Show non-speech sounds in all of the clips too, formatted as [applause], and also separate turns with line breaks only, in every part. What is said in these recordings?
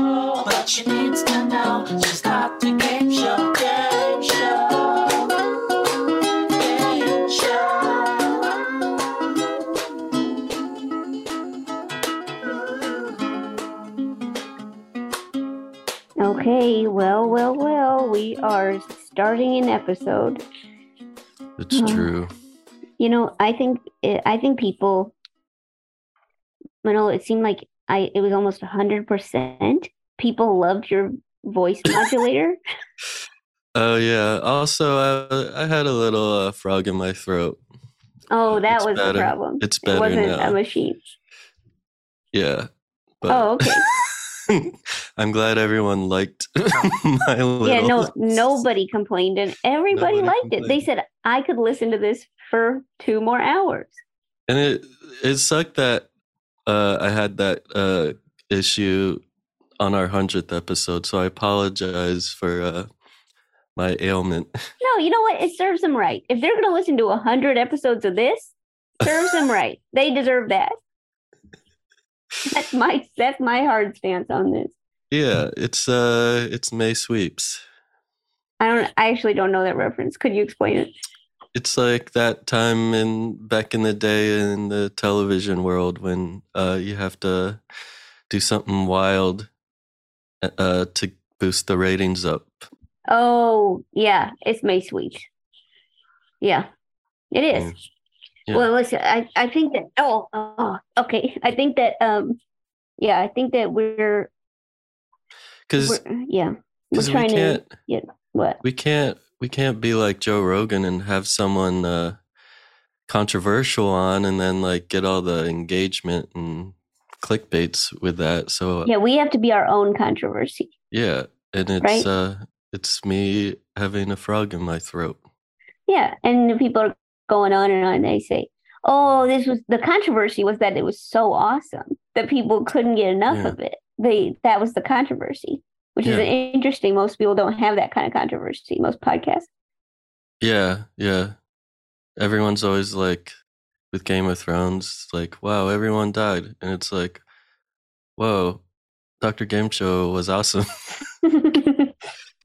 what she needs to know. She's got the game show, game show, game show.
Okay, well, well, well, we are starting an episode.
It's
Oh.
true.
You know, I think eh, I think people. You know, it seemed like I it was almost hundred percent. People loved your
[laughs]
voice modulator.
Oh yeah. Also, I, I had a little uh, frog in my throat.
Oh, that
It's
was
better.
the problem.
It's
it
better
wasn't
now.
a machine.
yeah.
Oh,
But
okay.
[laughs] I'm glad everyone liked [laughs] my little.
yeah, no, nobody complained, and everybody
Nobody
liked it. They
complained.
said I could listen to this for two more hours.
And it it sucked that uh, I had that uh, issue on our hundredth episode. So I apologize for uh, my ailment. [laughs]
No, you know what? It serves them right. If they're going to listen to a hundred episodes of this, serves
[laughs]
them right. They deserve that. That's my that's my hard stance on this.
Yeah, it's uh, it's May sweeps.
I don't. I actually don't know that reference. Could you explain it?
It's like that time in back in the day in the television world when uh, you have to do something wild uh, to boost the ratings up.
Oh yeah, it's May Sweet. Yeah, it is.
Mm. Yeah.
Well, listen, I, I think that oh, oh okay, I think that um, yeah, I think that we're,
Because
we're yeah, we're
we
trying to
can't
what?
we can't we can't be like Joe Rogan and have someone uh, controversial on and then like get all the engagement and clickbaits with that. So
Yeah, we have to be our own controversy.
yeah, and it's
Right.
uh, it's me having a frog in my throat.
Yeah, and the people are going on and on. They say, "Oh, this was the controversy was that it was so awesome that people couldn't get enough
Yeah.
of it." They that was the controversy, which is
Yeah.
interesting. Most people don't have that kind of controversy. Most podcasts.
Yeah, yeah. Everyone's always like with Game of Thrones, like, wow, everyone died. And it's like, whoa, Dr. Game Show was
[laughs]
awesome. [laughs]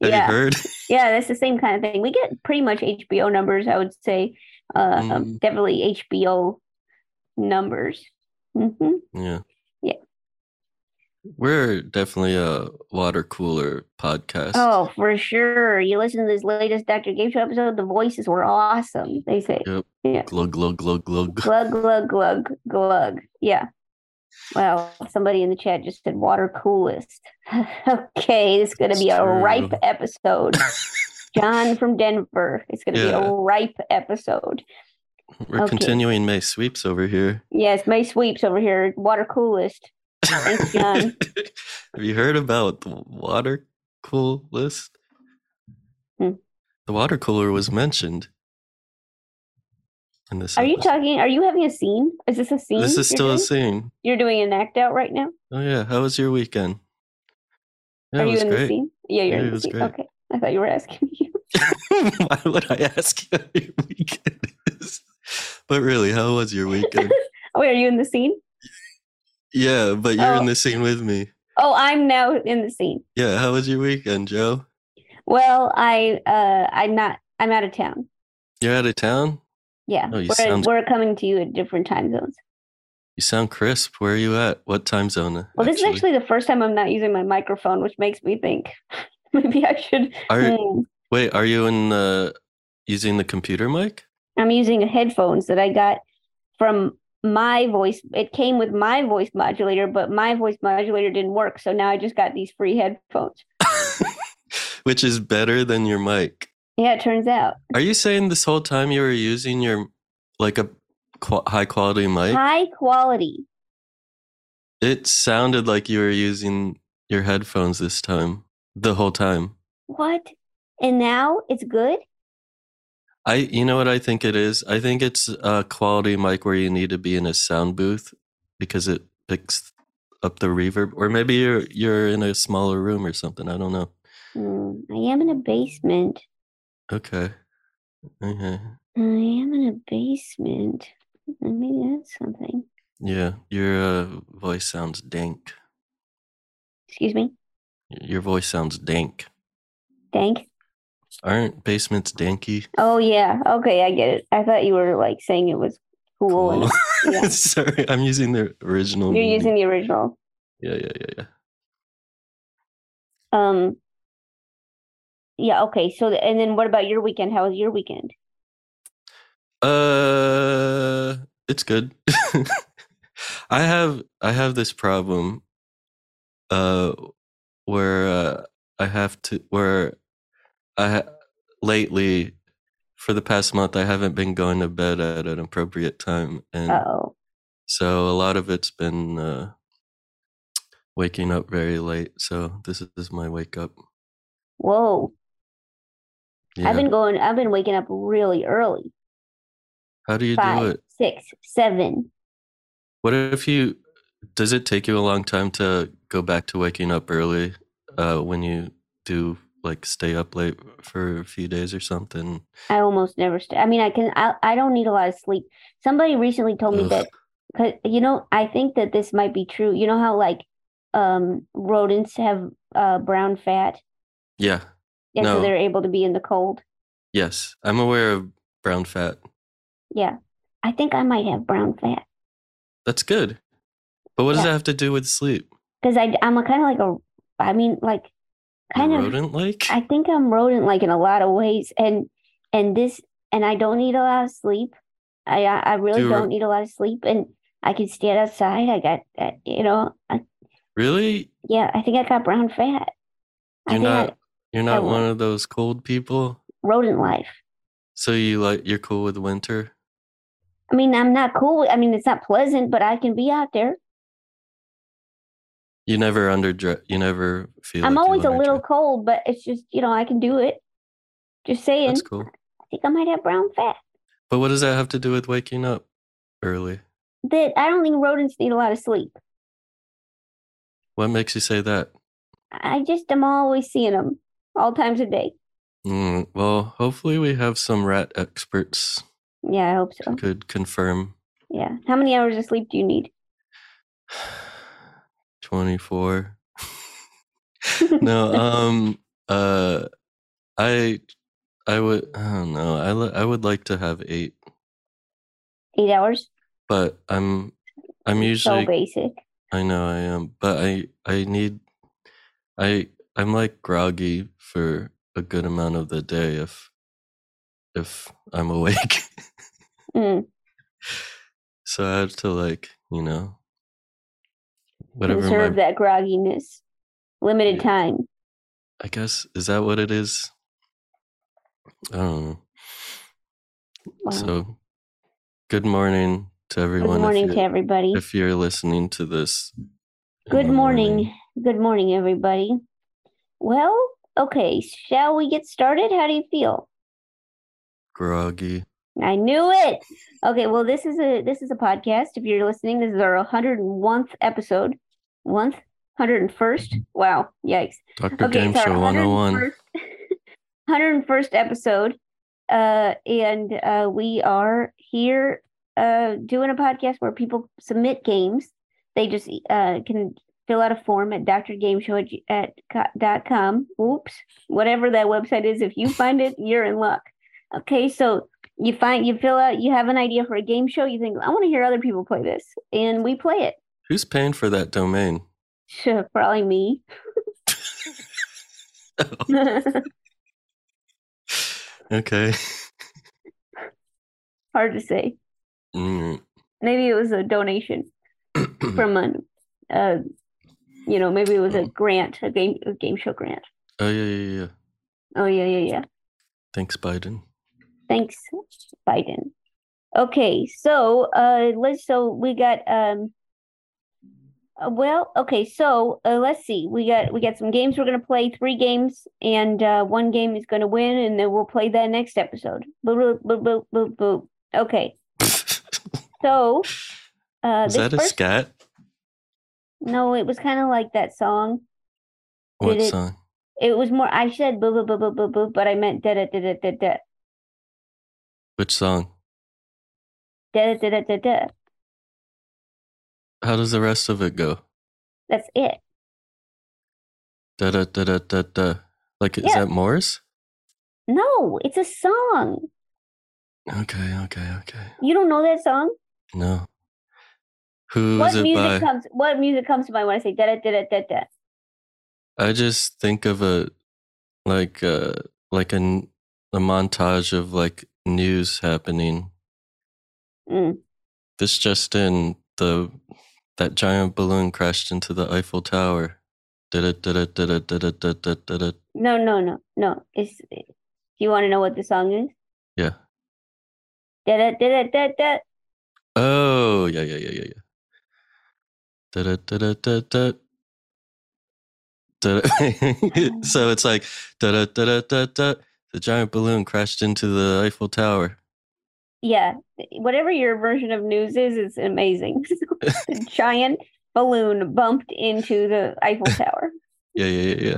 Have you
yeah,
heard? [laughs]
yeah, that's the same kind of thing. We get pretty much HBO numbers. I would say, uh, um,
Mhm.
definitely HBO numbers. hmm
Yeah.
Yeah.
We're definitely a water cooler podcast.
Oh, for sure. You listen to this latest Dr. Game Show episode. The voices were awesome. They say.
Yep.
Yeah.
Glug, glug, glug, glug. [laughs]
glug glug glug glug yeah wow somebody in the chat just said water coolest [laughs] okay this is going to be a
It's
ripe
true. [laughs]
episode john from denver it's going to be
Yeah.
a ripe episode
We're
okay.
continuing May sweeps over here.
yes may sweeps over here water coolest
[laughs]
Thanks, John.
Have you heard about the water cool list?
Hmm.
The water cooler was mentioned. In this
are you
episode.
talking are you having a scene is this a scene
This is
you're
still a
doing?
scene.
you're doing an act out right now
Oh yeah, how was your weekend? Yeah,
are
it
you
was
in the
great.
scene yeah you're
Yeah,
in
it
the
was
scene
great.
okay i thought you were asking [laughs] me
[laughs] Why would I ask you how your [laughs] weekend is? But really, how was your
[laughs]
weekend?
Oh, wait are you in the scene
yeah, but you're in
Oh.
the scene with me.
oh i'm now in the scene
Yeah, how was your weekend, Joe?
Well, I uh I'm not I'm out of town.
You're out of town?
Yeah.
Oh, you
we're
sound-
we're coming to you at different time zones.
You sound crisp. Where are you at? What time zone?
Well, this is actually the first time I'm not using my microphone, which makes me think [laughs] maybe I should
Are,
Hmm.
wait, are you in the using the computer mic?
I'm using headphones that I got from my voice. It came with my voice modulator, but my voice modulator didn't work, so now I just got these free headphones.
Which is better than your mic.
Yeah, it turns out.
Are you saying this whole time you were using your like a qu- high quality mic?
High quality.
It sounded like you were using your headphones this time, the whole time.
What? And now it's good?
I, you know what I think it is? I think it's a quality mic where you need to be in a sound booth because it picks up the reverb, or maybe you're you're in a smaller room or something. I don't know.
Hmm, I am in a basement.
Okay, okay,
I am in a basement. Maybe that's something.
yeah, your uh, voice sounds dank.
Excuse me.
Your voice sounds dank.
Thanks.
Aren't basements danky?
Oh yeah. Okay, I get it. I thought you were like saying it was cool. and-
Cool. [laughs]
[laughs] yeah.
Sorry, I'm using the original.
You're
meaning.
using the original.
Yeah, yeah, yeah, yeah.
Um. Yeah. Okay. So, th- and then what about your weekend? How was your weekend?
Uh, it's good. [laughs] I have I have this problem, uh, where uh, I have to where I ha- lately for the past month I haven't been going to bed at an appropriate time, and
Oh,
so a lot of it's been uh, waking up very late. So this is my wake up.
whoa!
Yeah.
I've been going. I've been waking up really early.
How do you do
Five,
it?
six, seven.
What if you? Does it take you a long time to go back to waking up early uh, when you do like stay up late for a few days or something?
I almost never. St- I mean, I can. I, I don't need a lot of sleep. Somebody recently told me
Ugh.
that. Cause you know, I think that this might be true. You know how like, um, rodents have uh brown fat,
Yeah.
and
No.
so they're able to be in the cold.
Yes, I'm aware of brown fat.
Yeah, I think I might have brown fat.
That's good. But what does
Yeah.
that have to do with sleep?
because I I'm a kind of like a I mean like kind of
Rodent like?
I think I'm rodent like in a lot of ways and and this and I don't need a lot of sleep I I, I really
Do you re-
don't need a lot of sleep and I can stand outside I got uh, you know I,
Really?
yeah I think I got brown fat I
You're
think I-
not. You're not
will.
one of those cold people.
rodent life
So you like you're cool with winter.
I mean I'm not cool I mean it's not pleasant but I can be out there
You never underdress. You never feel.
I'm
like you
always a little
underdress.
cold but it's just you know I can do it just saying
That's cool.
I think I might have brown fat
But what does that have to do with waking up early?
that I don't think rodents need a lot of sleep
What makes you say that?
I just am always seeing them all times of day.
Mm, well, hopefully we have some rat experts
Yeah, I hope so.
who could confirm.
Yeah. How many hours of sleep do you need?
24. [laughs] no, um uh I I would I don't know. I li- I would like to have 8,
Eight hours?
but I'm I'm
So
usually
basic.
I know I am, but I I need I I'm like groggy for a good amount of the day if if I'm [laughs] awake.
Mm.
So I have to like, you know, whatever
Conserve
my,
that grogginess. Limited
Yeah.
time.
I guess is that what it is? I don't know.
Wow.
So good morning to
Good
everyone.
morning
if,
to
you,
everybody.
if you're listening to this. in
Good
the
morning. Good morning, everybody. Well, okay. Shall we get started? How do you feel?
Groggy.
I knew it. Okay, well this is a this is a podcast. If you're listening, this is our 101st episode. Once 101st. Wow. Yikes.
Dr.
okay,
Game
it's our
Show 101.
101st, 101st episode. Uh, and uh, we are here uh, doing a podcast where people submit games. They just uh, can fill out a form at drgameshow at, g- at co- dot com. Whoops. Whatever that website is, if you find it, you're in luck. Okay, so you find you fill out you have an idea for a game show you think i want to hear other people play this and we play it
Who's paying for that domain?
Sure, [laughs] probably me
okay. [laughs]
hard to say
Mm.
maybe it was
[clears throat]
a donation from an uh you know maybe it was a grant a game a game show grant
oh, yeah, yeah, yeah.
oh yeah yeah yeah
Thanks, Biden.
thanks biden okay so uh let's so we got um uh, well okay so uh, let's see we got we got some games we're going to play three games and uh one game is going to win and then we'll play that next episode boop, boop, boop, boop, boop, boop.
[laughs]
okay so uh
is
this
that a
first-
scat?
no it was kind of like that song
What
it-
song?
It was more. I said boo boo boo boo boo boo, but I meant da da da da da da
Which song?
da da da da da.
How does the rest of it go?
That's it.
Da da da da da da. Like, is
Yeah.
that Morris?
No, it's a song.
Okay, okay, okay.
You don't know that song?
No. Who
what
is it by?
music comes? What music comes to mind when I say da da da da da da?
I just think of a like uh like an a montage of like news happening.
Mm.
This just in the that giant balloon crashed into the Eiffel Tower. Da da da da da da da da da da da.
No, no, no, no. It's. Do you want to know what the song is?
Yeah.
Da da da da da da.
Oh yeah yeah yeah yeah yeah. Da da da da da da. Da, da. [laughs] so it's like da da da da da da. The giant balloon crashed into the Eiffel Tower.
Yeah, whatever your version of news is, it's amazing. [laughs] the giant balloon bumped into the Eiffel Tower.
Yeah yeah yeah yeah.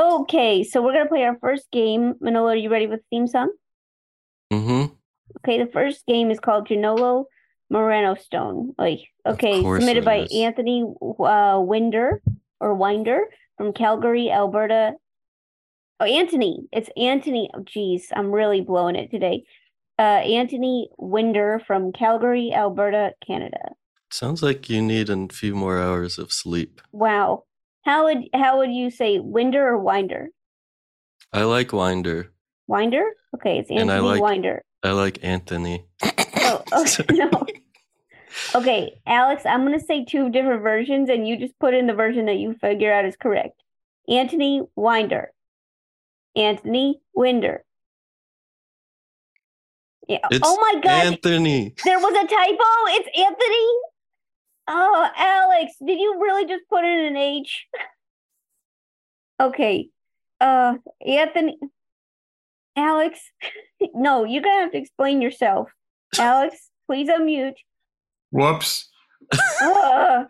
Okay, so we're gonna play our first game. Manolo, are you ready with the theme song?
Mm-hmm.
Okay, the first game is called Janolo Moreno Stone. Oy.
Of
Okay,
course
submitted
it
by
is.
Anthony uh, Winder or Winder from Calgary, Alberta. Oh, Anthony. It's Anthony. Oh, geez, I'm really blowing it today. Uh, Anthony Winder from Calgary, Alberta, Canada.
Sounds like you need a few more hours of sleep.
Wow. How would how would you say Winder or Winder?
I like Winder.
Winder? Okay, it's
And I
Anthony
like-
Winder.
I like Anthony.
Oh, okay, no. Okay, Alex, I'm going to say two different versions, and you just put in the version that you figure out is correct. Anthony Winder. Anthony Winder. Yeah.
It's
oh my God,
Anthony.
there was a typo. It's Anthony. Oh, Alex, did you really just put in an H? [laughs] Okay. Uh, Anthony. Alex, [laughs] no, you're going to have to explain yourself. Alex, please unmute.
Whoops.
Ugh.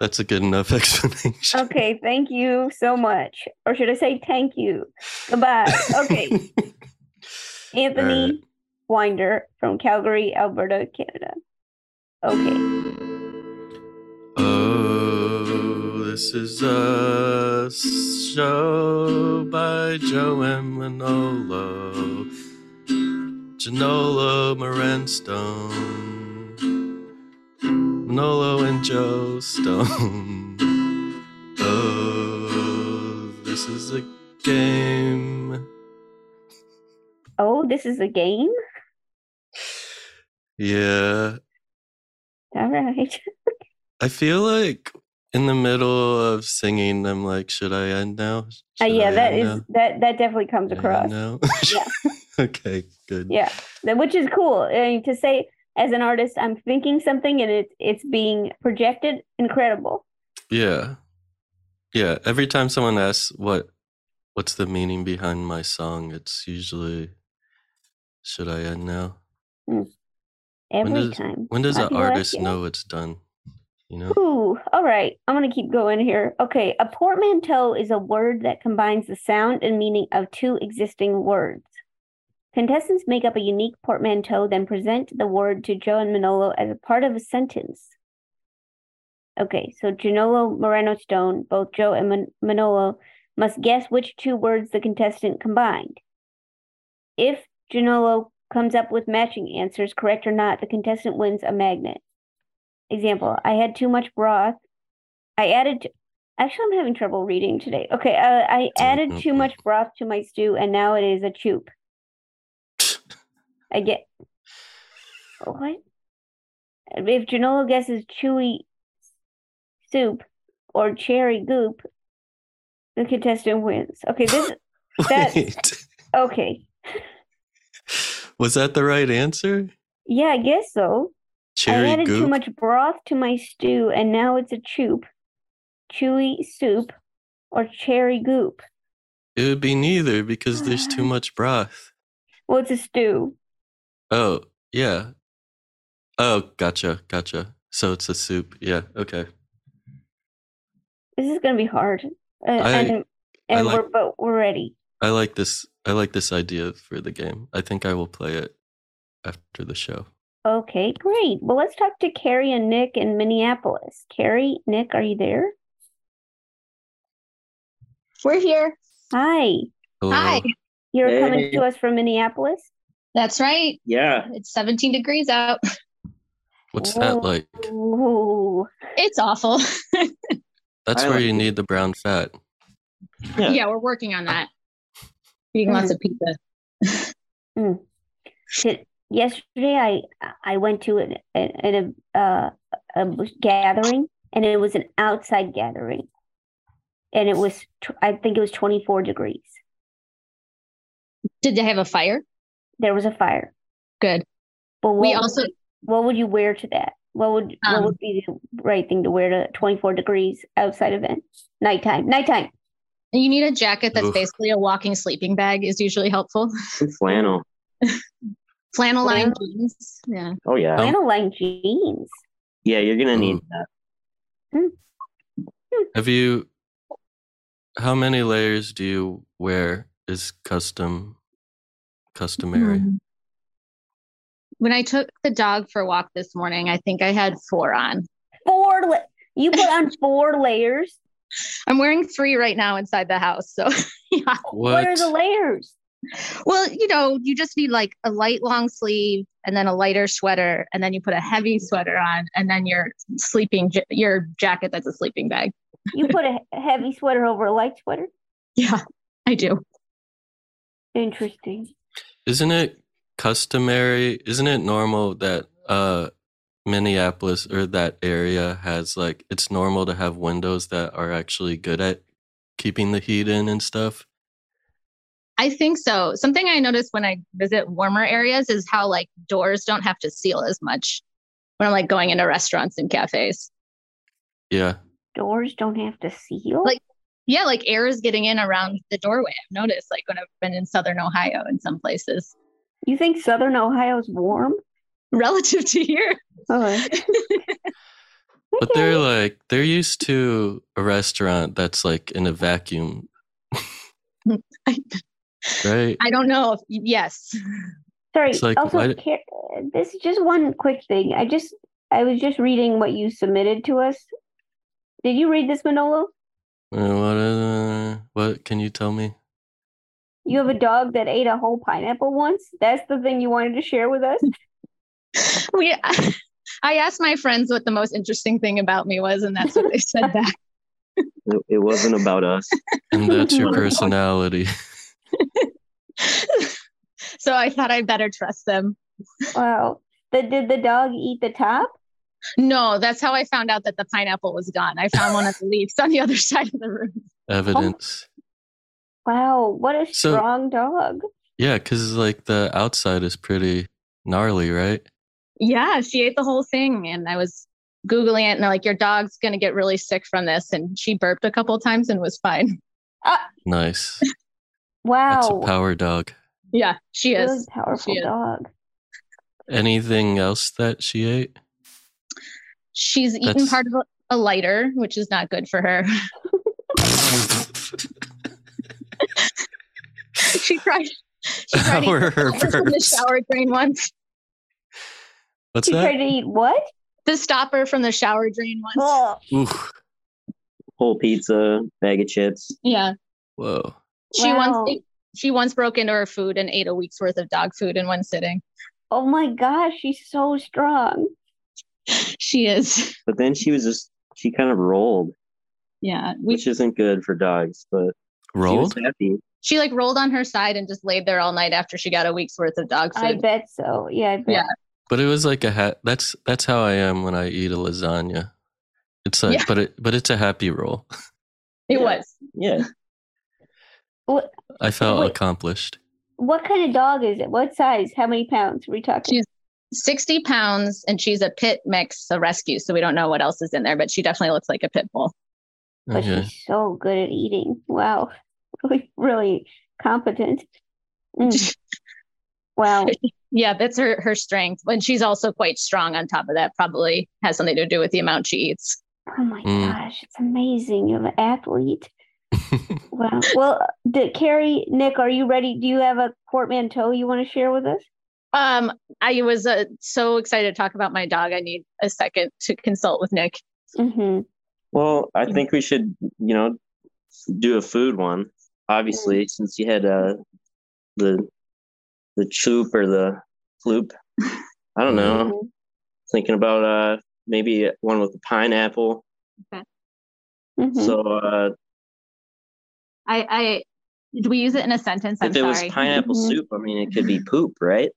That's a good enough [laughs] explanation.
okay, thank you so much. Or should I say thank you? Goodbye. Okay, Anthony
Alright.
Winder from Calgary, Alberta, Canada. Okay.
Oh, this is a show by Joe and Manolo. Janolo Moranstone. Manolo and Joe Stone. Oh, this is a game.
Oh, this is a game?
Yeah.
All right.
I feel like in the middle of singing, I'm like, should I end now?
Uh,
Should
yeah,
I
that
end
is
now?
that that definitely comes
Should I
across,
end [laughs] now?
Yeah.
okay, good.
Yeah. That- which is cool. I mean, to say as an artist, I'm thinking something and it's it's being projected. Incredible.
Yeah. Yeah. Every time someone asks what what's the meaning behind my song, it's usually should I end now?
Every
does-
time.
When does
Uh,
an
people ask
artist
you.
know it's done? You know?
Ooh, all right. I'm gonna keep going here. Okay, a portmanteau is a word that combines the sound and meaning of two existing words. Contestants make up a unique portmanteau, then present the word to Joe and Manolo as a part of a sentence. Okay, so Janolo Moreno Stone, both Joe and Man- Manolo, must guess which two words the contestant combined. If Janolo comes up with matching answers, correct or not, the contestant wins a magnet. Example, I had too much broth. I added, t- actually, I'm having trouble reading today. Okay, uh, I added too much broth to my stew and now it is a choop. I get, what? If Janolo guesses chewy soup or cherry goop, the contestant wins. Okay, this,
[laughs]
That's-
Wait.
okay.
Was that the right answer?
Yeah, I guess so. I
Cherry
added too
goop.
much broth to my stew, and now it's a choop, chewy soup, or cherry goop.
It would be neither because there's
[laughs]
too much broth.
Well, it's a stew.
Oh, yeah. Oh, gotcha, gotcha. So it's a soup. Yeah, okay.
This is gonna be hard, uh,
I-
and
I
and
like-
we're but we're ready.
I like this I like this idea for the game. I think I will play it after the show.
Okay, great. Well, let's talk to Carrie and Nick in Minneapolis. Carrie, Nick, are you there?
We're here.
Hi,
Hello.
Hi.
you're
Hey.
coming to us from Minneapolis.
That's right.
Yeah.
It's 17 degrees out.
What's that like?
Ooh.
It's
[laughs]
awful.
That's
I
where
like
you
it.
need the brown fat.
Yeah.
Yeah, we're working on that. Eating lots of pizza.
Did- yesterday I I went to an, an, an uh, a gathering and it was an outside gathering and it was tw- I think it was 24 degrees.
Did they have a fire?
There was a fire.
Good.
But what
We
would-
also
what would you wear to that? What would what
Um,
would be the right thing to wear to 24 degrees outside event? Nighttime. Nighttime.
you need a jacket that's
Oof.
basically a walking sleeping bag is usually helpful. [laughs]
And flannel.
Flannel lined jeans. Yeah.
Oh yeah.
Flannel lined jeans.
Yeah, you're gonna need
Ooh.
that.
Um, Have you? How many layers do you wear? Is custom, customary?
Hmm. When I took the dog for a walk this morning, I think I had four on.
Four la- you put on four layers.
[laughs] I'm wearing three right now inside the house. So, yeah.
What
What?
are the layers?
Well, you know, you just need like a light long sleeve and then a lighter sweater, and then you put a heavy sweater on, and then your sleeping ja- your jacket that's a sleeping bag.
You put a he- heavy sweater over a light sweater?
Yeah, I do.
Interesting.
Isn't it customary? Isn't it normal that uh Minneapolis or that area has like it's normal to have windows that are actually good at keeping the heat in and stuff?
I think so. Something I notice when I visit warmer areas is how like doors don't have to seal as much when I'm like going into restaurants and cafes.
Yeah.
Doors don't have to seal.
Like- Yeah, like air is getting in around the doorway. I've noticed like when I've been in southern Ohio in some places
you think Southern Ohio's warm? Oh.
relative to here.
Okay.
But they're like they're used to a restaurant that's like in a vacuum,
I,
right?
I don't know if yes.
Sorry.
It's like,
also,
why-
Ca- this is just one quick thing. I just I was just reading what you submitted to us. Did you read this, Manolo?
Uh, what, uh, what can you tell me?
You have a dog that ate a whole pineapple once. That's the thing you wanted to share with us.
we [laughs] I asked my friends what the most interesting thing about me was, and that's what they said back.
It, it wasn't about us.
And that's your personality. [laughs]
so I thought I better trust them.
Wow. The, did the dog eat the top?
No, that's how I found out that the pineapple was gone. I found one
[laughs]
of the leaves on the other side of the room.
Evidence.
Wow, what a
So-
strong dog.
Yeah, because like the outside is pretty gnarly, right?
Yeah, she ate the whole thing, and I was googling it, and they're like, "Your dog's gonna get really sick from this," and she burped a couple times and was fine.
Nice. That's a
Wow.
power dog.
Yeah, she is.
Really powerful
is.
dog.
Anything else that she ate?
She's eaten
That's-
part of a- a lighter, which is not good
[laughs]
for her. she tried.
[laughs]
She tried. to eat
or her
I was in the
burps?
shower drain once.
What's
She tried
that?
to eat what?
The stopper from the shower drain once.
Ugh.
Ooh,
Whole pizza, bag of chips.
Yeah.
whoa.
She
Wow.
once she once broke into her food and ate a week's worth of dog food in one sitting.
Oh my gosh, she's so strong.
She is.
[laughs] But then she was just she kind of rolled,
Yeah. We
which isn't good for dogs. But
Rolled?
she was happy.
she like rolled on her side and just laid there all night after she got a week's worth of dog
I
food.
bet so. Yeah, I bet.
Yeah.
But it was like a hat. That's that's how I am when I eat a lasagna. It's like,
Yeah.
but it but it's a happy roll. [laughs]
It was.
[laughs]
Yeah,
I felt
Wait.
accomplished.
What kind of dog is it? What size? How many pounds are we talking?
She's- 60 pounds and she's a pit mix, a rescue. So we don't know what else is in there, but she definitely looks like a pit bull.
But
Okay.
she's so good at eating. Wow. Really, really competent.
[laughs]
Mm. wow.
Yeah, that's her her strength. And she's also quite strong on top of that, probably has something to do with the amount she eats.
Oh my
Mm.
gosh, it's amazing. You're an
[laughs]
athlete. Wow. Well, did, Carrie, Nick, are you ready? Do you have a portmanteau you want to share with us?
Um, I was uh, so excited to talk about my dog. I need a second to consult with Nick.
Mm-hmm.
Well, I think we should, you know, do a food one. Obviously, since you had uh, the the choop or the floop. I don't know.
Mhm.
Thinking about uh maybe one with the pineapple.
Mm-hmm.
Mhm.
So uh
I, I do we use it in a sentence? I'm
if it was
sorry.
pineapple
Mm-hmm.
Mhm.
soup, I mean it could be poop, right?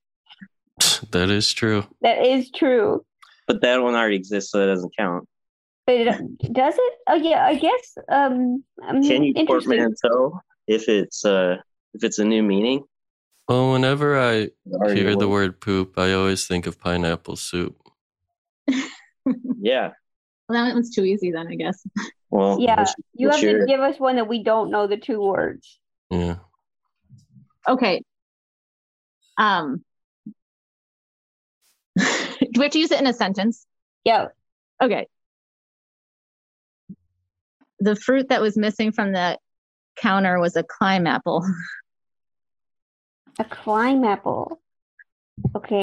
That is true.
that is true.
But that one already exists, so that doesn't count.
But it, does it? Oh yeah, I guess. Um, I'm
Can you
interested.
portmanteau if it's uh if it's a new meaning?
Well, whenever I
Already
hear the
one.
word poop, I always think of pineapple soup.
[laughs] Yeah.
Well, that one's too easy then, I guess.
Well
Yeah,
it's-
you have
it's
to
your-
give us one that we don't know the two words.
Yeah.
Okay. Um, [laughs] do we have to use it in a sentence?
Yeah.
Okay. The fruit that was missing from the counter was a climb apple. [laughs]
A climb apple. Okay.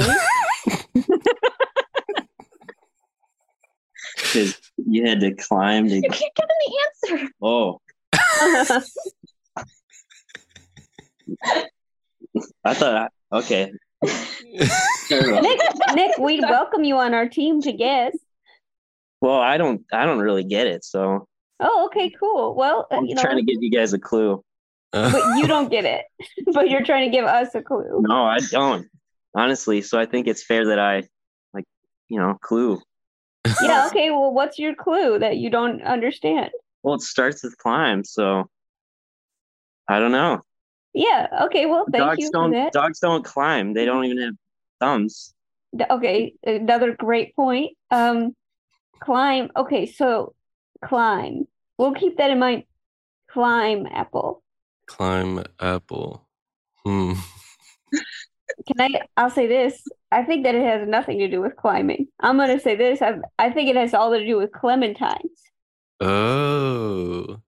is- you had to climb
You
to
keep giving the answer.
oh I thought I, okay.
Nick, Nick, we welcome you on our team to guess.
Well, I don't I don't really get it, so
Oh, okay, cool. Well, uh,
I'm
you know,
trying to give you guys a clue.
Uh.
but
[laughs]
you don't get it, [laughs] but you're trying to give us a clue.
No, I don't. Honestly, so I think it's fair that I like, you know, clue. [laughs]
Yeah. Okay. Well, what's your clue that you don't understand?
Well, it starts with climb, so I don't know.
Yeah. Okay. Well, thank
dogs
you for
don't
that.
dogs don't climb. They don't even have
[laughs]
thumbs.
D- okay another great point um climb okay so climb we'll keep that in mind climb apple
Climb apple. Hmm.
can i i'll say this i think that it has nothing to do with climbing i'm going to say this I, I think it has all to do with clementines
Oh.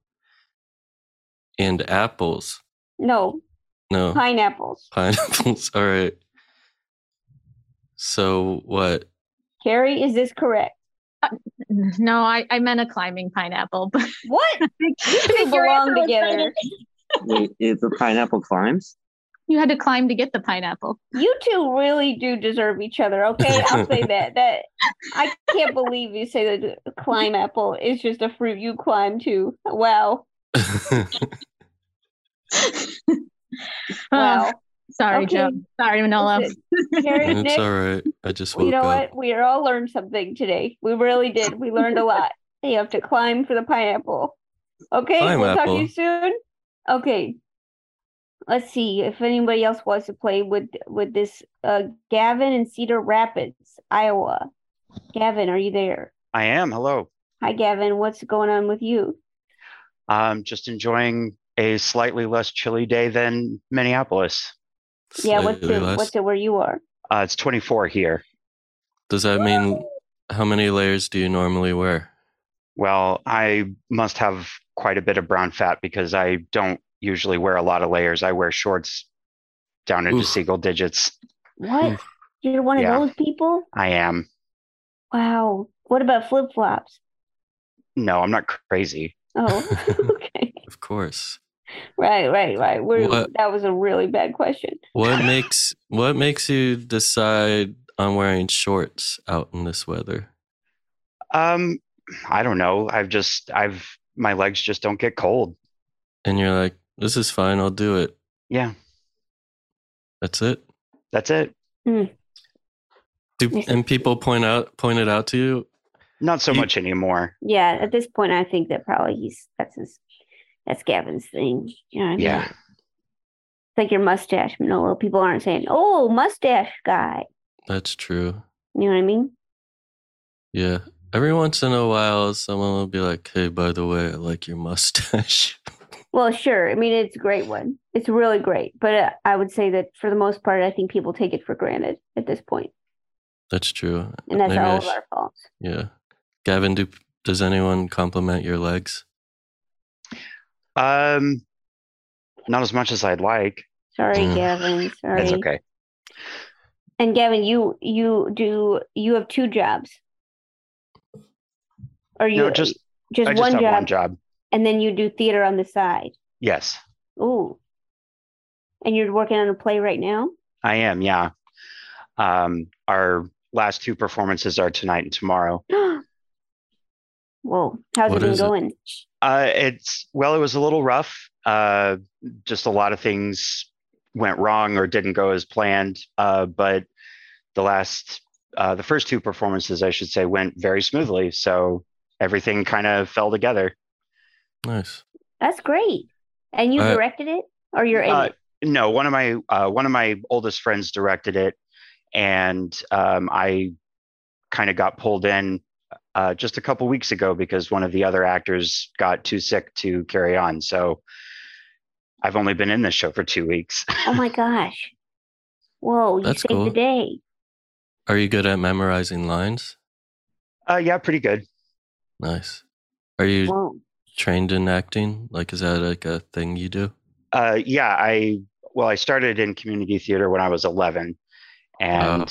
And apples.
no
No.
pineapples
Pineapples. [laughs] All right. So what?
carrie is this correct
Uh, No, I, I meant a climbing pineapple, but [laughs]
what
they
Your belong answer was together. better.
Wait, if the pineapple climbs.
You had to climb to get the pineapple.
you two really do deserve each other
[laughs]
okay i'll say that that i can't believe you say that climb apple is just a fruit you climb to
[laughs]
wow
Oh,
wow
sorry,
Okay.
Joe. Sorry, Manolo.
Listen,
[laughs]
Carrie,
it's
Nick,
all right. I just woke
you know
up.
what? We all learned something today. We really did. We learned a lot. [laughs] You have to climb for the pineapple. Okay, we'll talk to
Pineapple.
you soon. Okay, let's see if anybody else wants to play with with this. Uh, Gavin in Cedar Rapids, Iowa. Gavin, are you there?
I am. Hello.
Hi, Gavin. What's going on with you?
I'm just enjoying a slightly less chilly day than Minneapolis.
yeah, what's
Slightly
it?
less.
What's it where you are?
Uh, it's 24 here.
Does that mean how many layers do you normally wear?
Well, I must have quite a bit of brown fat because I don't usually wear a lot of layers. I wear shorts down into
Oof.
single digits.
Hmm.
What? You're one of
Yeah.
those people?
I am.
Wow. What about flip flops?
No, I'm not crazy.
Oh, okay.
Of course.
Right, right, right. We're,
What-
that was a really bad question.
What makes what makes you decide on wearing shorts out in this weather?
Um, I don't know. I've just I've my legs just don't get cold.
And you're like, this is fine, I'll do it.
Yeah,
That's it.
that's it.
Hmm.
Do, and people point out point it out to you.
Not so
You-
much anymore.
Yeah, at this point, I think that probably he's that's his that's Gavin's thing. You know what I mean?
Yeah.
It's like your mustache, Manolo. People aren't saying, "Oh, mustache guy."
That's true.
You know what I mean?
Yeah. Every once in a while, someone will be like, "Hey, by the way, I like your mustache." [laughs]
Well, sure. I mean, it's a great one. It's really great, but uh, I would say that for the most part, I think people take it for granted at this point,
That's true.
and that's
Maybe I
all of
sh-
our faults.
Yeah. Gavin, do does anyone compliment your legs?
Um, not as much as I'd like.
Sorry,
Mm.
Gavin. Sorry.
That's okay.
And Gavin, you you do you have two jobs? Or you
No, just
just
I just
one
have
job?
one job.
and then you do theater on the side.
Yes,
Ooh. And you're working on a play right now? [gasps]
I am. Yeah. Um, our last two performances are tonight and tomorrow.
Whoa. How's
What
it been
is it?
going?
Uh, it's well, it was a little rough. Uh, just a lot of things went wrong or didn't go as planned. Uh, but the last, uh, the first two performances, I should say, went very smoothly. So everything kind of fell together.
Nice.
That's great. And you
Uh,
directed it or you're in
uh,
it?
No, one of my uh, one of my oldest friends directed it, and um, I kind of got pulled in uh, just a couple weeks ago because one of the other actors got too sick to carry on. So I've only been in this show for two weeks. [laughs]
Oh my gosh. Whoa, you
That's
saved
cool.
the day.
Are you good at memorizing lines?
uh, yeah, pretty good.
Nice. Are you
Whoa.
trained in acting? Like, is that like a thing you do?
Uh, yeah, I well, I started in community theater when I was 11, and
Wow.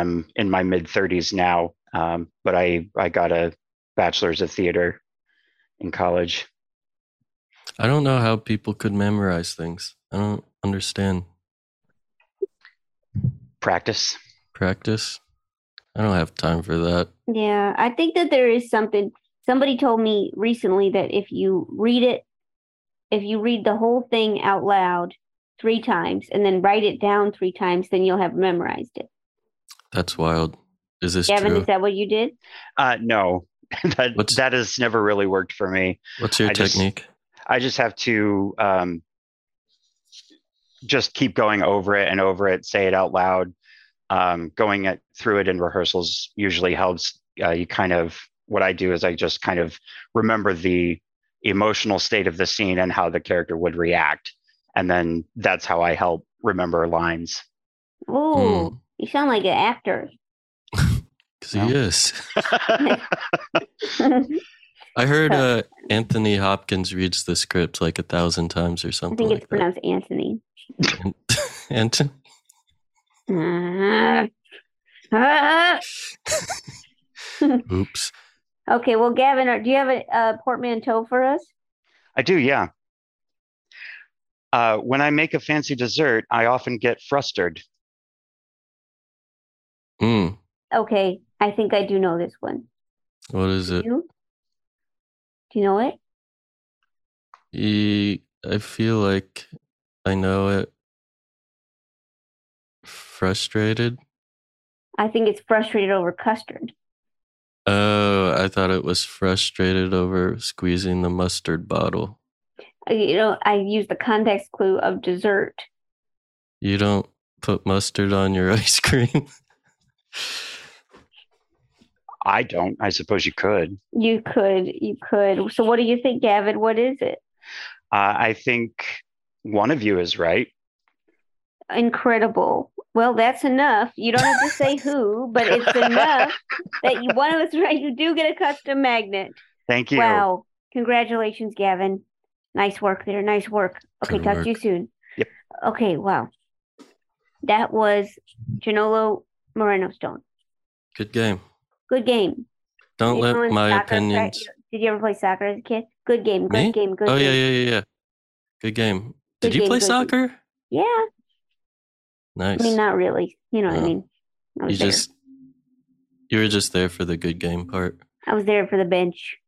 I'm in my mid 30s now. Um, but I I got a bachelor's of theater in college.
I don't know how people could memorize things. I don't understand.
Practice.
Practice? I don't have time for that.
Yeah, I think that there is something. Somebody told me recently that if you read it, if you read the whole thing out loud three times and then write it down three times, then you'll have memorized it.
That's wild. Is this
Gavin,
true?
is that what you did?
Uh, no, [laughs] that
What's-
that has never really worked for me.
What's your
I just-
technique?
I just have to um, just keep going over it and over it, say it out loud. Um, going it, through it in rehearsals usually helps. Uh, you kind of what I do is I just kind of remember the emotional state of the scene and how the character would react, and then that's how I help remember lines.
Oh,
Hmm.
you sound like an actor.
Because
No.
he is. I
[laughs]
heard uh, Anthony Hopkins reads the script like a thousand times or
I
something
think it's
like that.
pronounced Anthony.
Anton-
Ah. Ah.
Oops.
okay, well, Gavin, are- do you have a, a portmanteau for us?
I do, yeah. Uh, when I make a fancy dessert, I often get frustrated.
Mm,
Okay, I think I do know this one.
what is it?
You? Do you know it?
E- I feel like I know it. Frustrated?
I think it's frustrated over custard.
Oh, I thought it was frustrated over squeezing the mustard bottle.
Uh, You know, I use the context clue of dessert.
You don't put mustard on your [laughs] ice cream.
I don't. I suppose you could.
You could, you could. So, what do you think, Gavin? What is it?
Uh, I think one of you is right.
Incredible. Well, that's enough. You don't have to say who, but [laughs]
[laughs]
it's enough that you, one of us, right? You do get a custom magnet.
Thank you.
Wow. Congratulations, Gavin. Nice work there. Nice work. Okay,
Good
talk to you
work.
soon.
Yep.
Okay, wow. That was Janolo Moreno Stone.
Good game.
Good game.
Don't
You know,
let
in
my
soccer, right?
opinions.
Did you ever play soccer as a kid? Good game, good
Me?
game, good
Oh yeah,
game.
yeah, yeah, yeah. Good game.
Good
Did you
game,
play
good game.
soccer?
Yeah.
Nice. Oh.
I mean, not really. You know what I
No.
mean? I was
you
there.
just you were just there for the good game part.
I was there for the bench.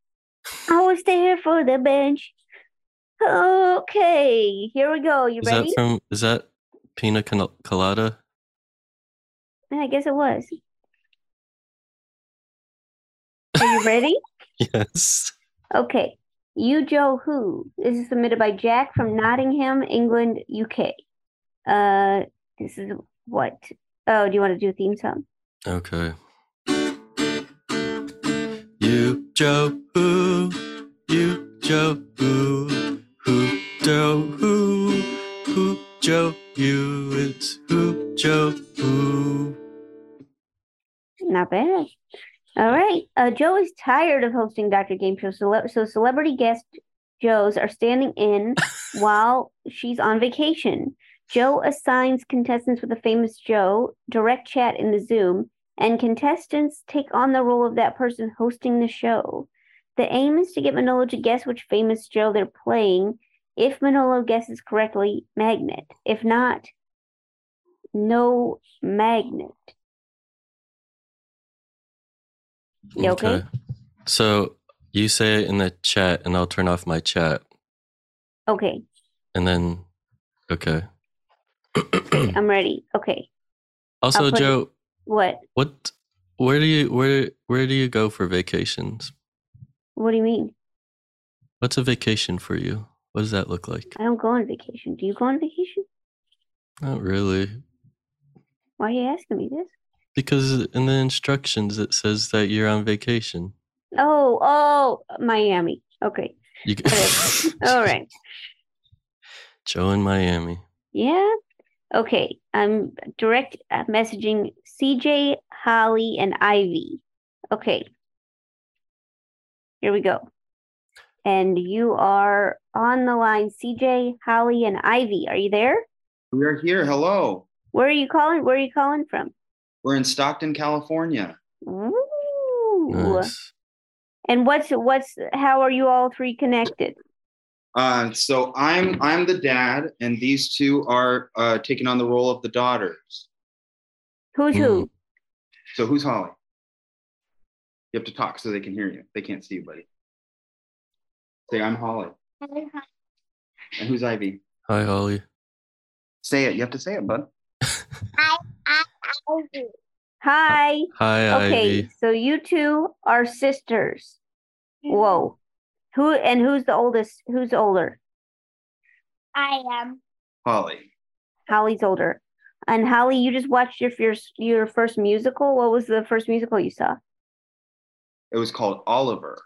I was there for the bench. Okay, here we go. You
Is
ready?
that from? Is that Pina Col- Colada?
I guess it was. Are you ready?
[laughs] Yes.
Okay. You Joe Who. This is submitted by Jack from Nottingham, England, UK. Uh, this is what? Oh, do you want to do a theme song?
Okay. You Joe who, you Joe who, who Joe who, who Joe you. It's who Joe who.
Not bad. All right. Uh, Joe is tired of hosting Dr. Game Show, cele- so celebrity guest Joes are standing in while she's on vacation. Joe assigns contestants with a famous Joe, direct chat in the Zoom, and contestants take on the role of that person hosting the show. The aim is to get Manolo to guess which famous show they're playing. If Manolo guesses correctly, magnet. If not, no magnet. You okay?
So you say it in the chat, and I'll turn off my chat,
Okay,
and then
[coughs]
okay. Hmm.
I'm ready. Okay,
also,
I'll put-
Joe,
what?
what? Where do you where where do you go for vacations?
What do you mean?
What's a vacation for you? What does that look like?
I don't go on vacation. Do you go on vacation?
Not really,
Why are you asking me this?
because in the instructions it says that you're on vacation.
Oh, oh, Miami. Okay,
You,
Okay. all right.
[laughs] Joe in Miami.
Yeah. Okay. I'm direct uh, messaging CJ, Holly, and Ivy. Okay. Here we go. And you are on the line, CJ, Holly, and Ivy. Are you there?
We're here. Hello.
Where are you calling? Where are you calling from?
We're in Stockton, California.
Ooh.
Nice.
And what's what's how are you all three connected?
Uh, so I'm I'm the dad, and these two are uh, taking on the role of the daughters.
Who's who?
So who's Holly? You have to talk so they can hear you. They can't see you, buddy. Say I'm Holly.
Mm.
And who's Ivy?
Hi, Holly.
Say it. You have to say it, bud.
Hi.
Hi,
Okay,
Ivy.
so you two are sisters.
Mm-hmm.
Whoa. Who and who's the oldest? Who's older?
I am.
Holly.
Holly's older. And Holly, you just watched your first your first musical. What was the first musical you saw? [gasps]
It was called Oliver.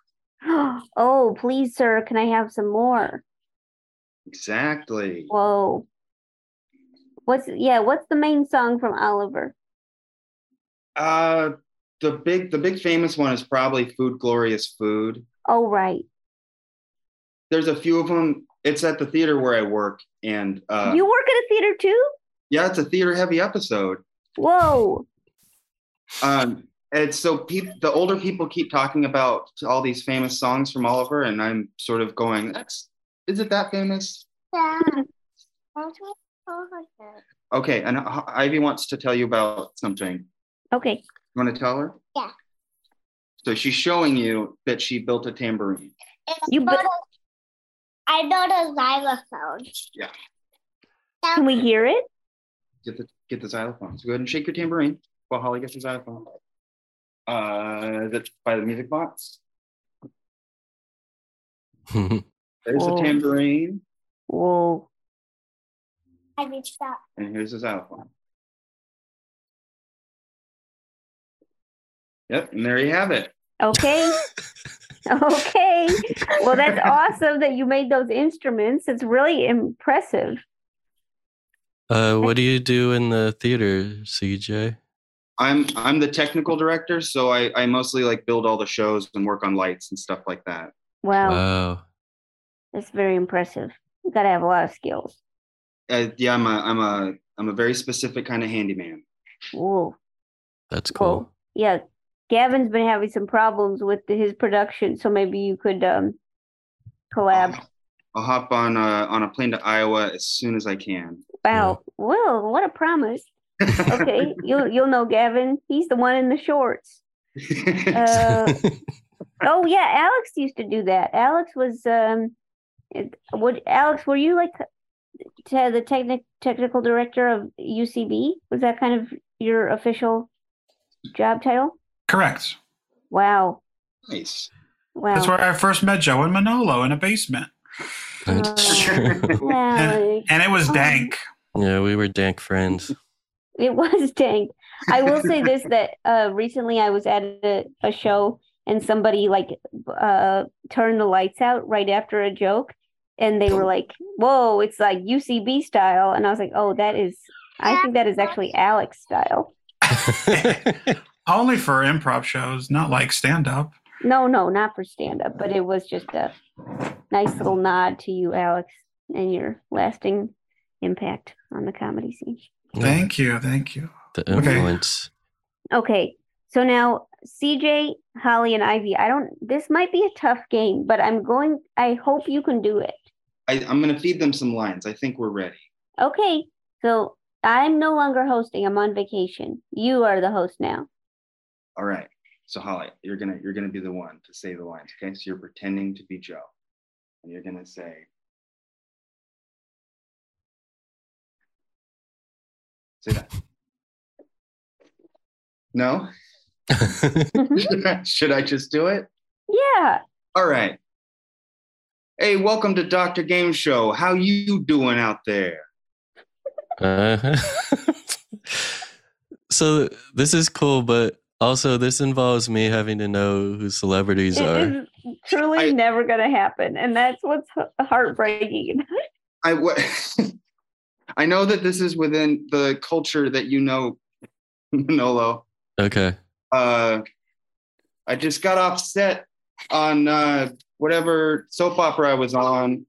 oh, please, sir, can I have some more?
Exactly.
Whoa. What's yeah, what's the main song from Oliver?
Uh, the big the big famous one is probably Food Glorious Food.
Oh right.
there's a few of them. It's at the theater where I work, and uh,
you work at a theater too?
yeah, it's a theater heavy episode.
Whoa.
Um, and so peop the older people keep talking about all these famous songs from Oliver, and I'm sort of going, "That's is it that famous?" Okay, and uh, Ivy wants to tell you about something. You
Okay.
want to tell her?
Yeah.
So she's showing you that she built a tambourine.
You
built.
bu-
I built a xylophone.
Yeah.
Can we hear it?
Get the get the xylophone. So go ahead and shake your tambourine while Holly gets the xylophone. Uh, that's by the music box. There's
Whoa.
a tambourine,
Whoa.
I reached out.
and here's a xylophone. Yep, and there you have it.
Okay. okay. Well, that's awesome that you made those instruments. It's really impressive.
uh, what do you do in the theater, CJ?
I'm I'm the technical director, so I I mostly like build all the shows and work on lights and stuff like that.
Wow,
Wow.
that's very impressive. You got to have a lot of skills.
Uh, yeah, I'm a I'm a I'm a very specific kind of handyman.
Whoa.
That's
Cool.
cool.
Yeah. Gavin's been having some problems with his production, so maybe you could um, collab.
I'll hop on a, on a plane to Iowa as soon as I can.
Wow. Well, what a promise. Okay, you'll you'll know Gavin. He's the one in the shorts. Uh, Oh yeah, Alex used to do that. Alex was um, it- would Alex were you like te- the technic technical director of UCB? Was that kind of your official job title?
Correct.
Wow,
nice.
wow,
That's where I first met Joe and Manolo in a basement.
That's
Oh.
true.
[laughs] wow.
And it was
Oh.
dank.
yeah, we were
[laughs]
dank friends.
It was [laughs] dank. I will say this that uh recently I was at a, a show and somebody like uh turned the lights out right after a joke and they were like, "Whoa, it's like UCB style." And I was like, "Oh, that is I think that is actually Alex style."
Only for improv shows, not like stand up.
No, no, not for stand up, but it was just a nice little nod to you Alex and your lasting impact on the comedy scene.
Yeah,
Thank you. Thank you.
the
Okay.
influence.
Okay. So now CJ, Holly, and Ivy. I don't. This might be a tough game, but I'm going. I hope you can do it.
I, I'm going to feed them some lines. I think we're ready.
Okay. So I'm no longer hosting. I'm on vacation. You are the host now.
All right. So Holly, you're gonna you're gonna be the one to say the lines. Okay. So you're pretending to be Joe, and you're gonna say. Say that.
[laughs]
No. [laughs] Should I just do it?
Yeah.
All right. Hey, welcome to Doctor Game Show. How you doing out there?
Uh, [laughs] so this is cool, but also this involves me having to know who celebrities are.
It is truly
I-
never going to happen. And that's what's h- heartbreaking. [laughs]
I wa- [laughs] I know that this is within the culture that you know, [laughs] Manolo.
Okay.
Uh, I just got off set on uh, whatever soap opera I was on,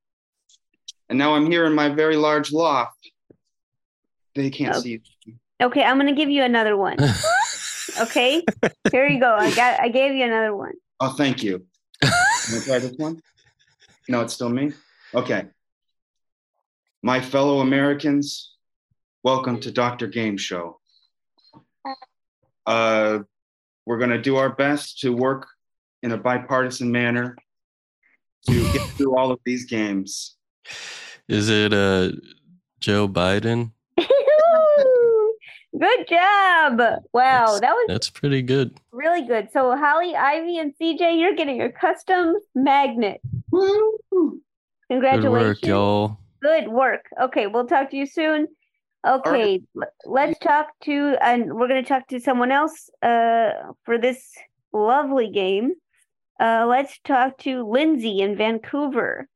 and now I'm here in my very large loft. They can't
Oh.
see.
Okay. I'm going to give you another one. Okay. Here you go. I got. I gave you another one.
Oh, thank you. Can I try this one? No, it's still me. Okay. My fellow Americans, welcome to Dr. Game Show. Uh, we're going to do our best to work in a bipartisan manner to get through all of these games.
Is it uh, Joe Biden?
good job. Wow.
That's-
That was
That's pretty good.
really good. So, Holly, Ivy, and CJ, you're getting a custom magnet.
Good
Congratulations.
work, y'all.
Good work. Okay, we'll talk to you soon. Okay, l- let's talk to, and we're going to talk to someone else uh, for this lovely game. Uh, let's talk to Lindsay in Vancouver.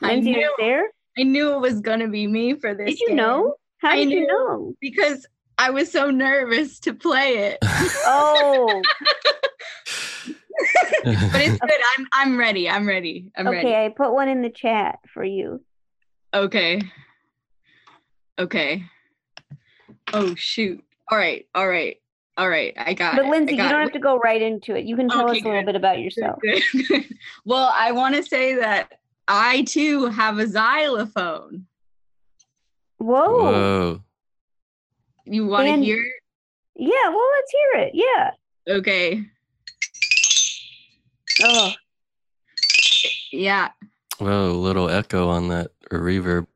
I
Lindsay, are you
knew,
there?
I knew it was gonna be me for this.
Did you
game
know? How
I
did you
knew.
know?
Because I was so nervous to play it.
Oh,
[laughs] But it's good. I'm I'm ready. I'm ready. I'm ready.
okay. I put one in the chat for you.
Okay. Okay. Oh shoot. All right. All right. All right. I got
But
it. I
Lindsay, you
got
don't
it.
have to go right into it. You can tell
Okay,
us a little
good.
bit about
Good,
yourself.
good, [laughs] good. Well, I want to say that I too have a xylophone.
Whoa.
Whoa.
You want to
And-
hear? it?
Yeah, well, let's hear it. Yeah.
Okay.
Oh,
Yeah.
Whoa, a little echo on that or reverb.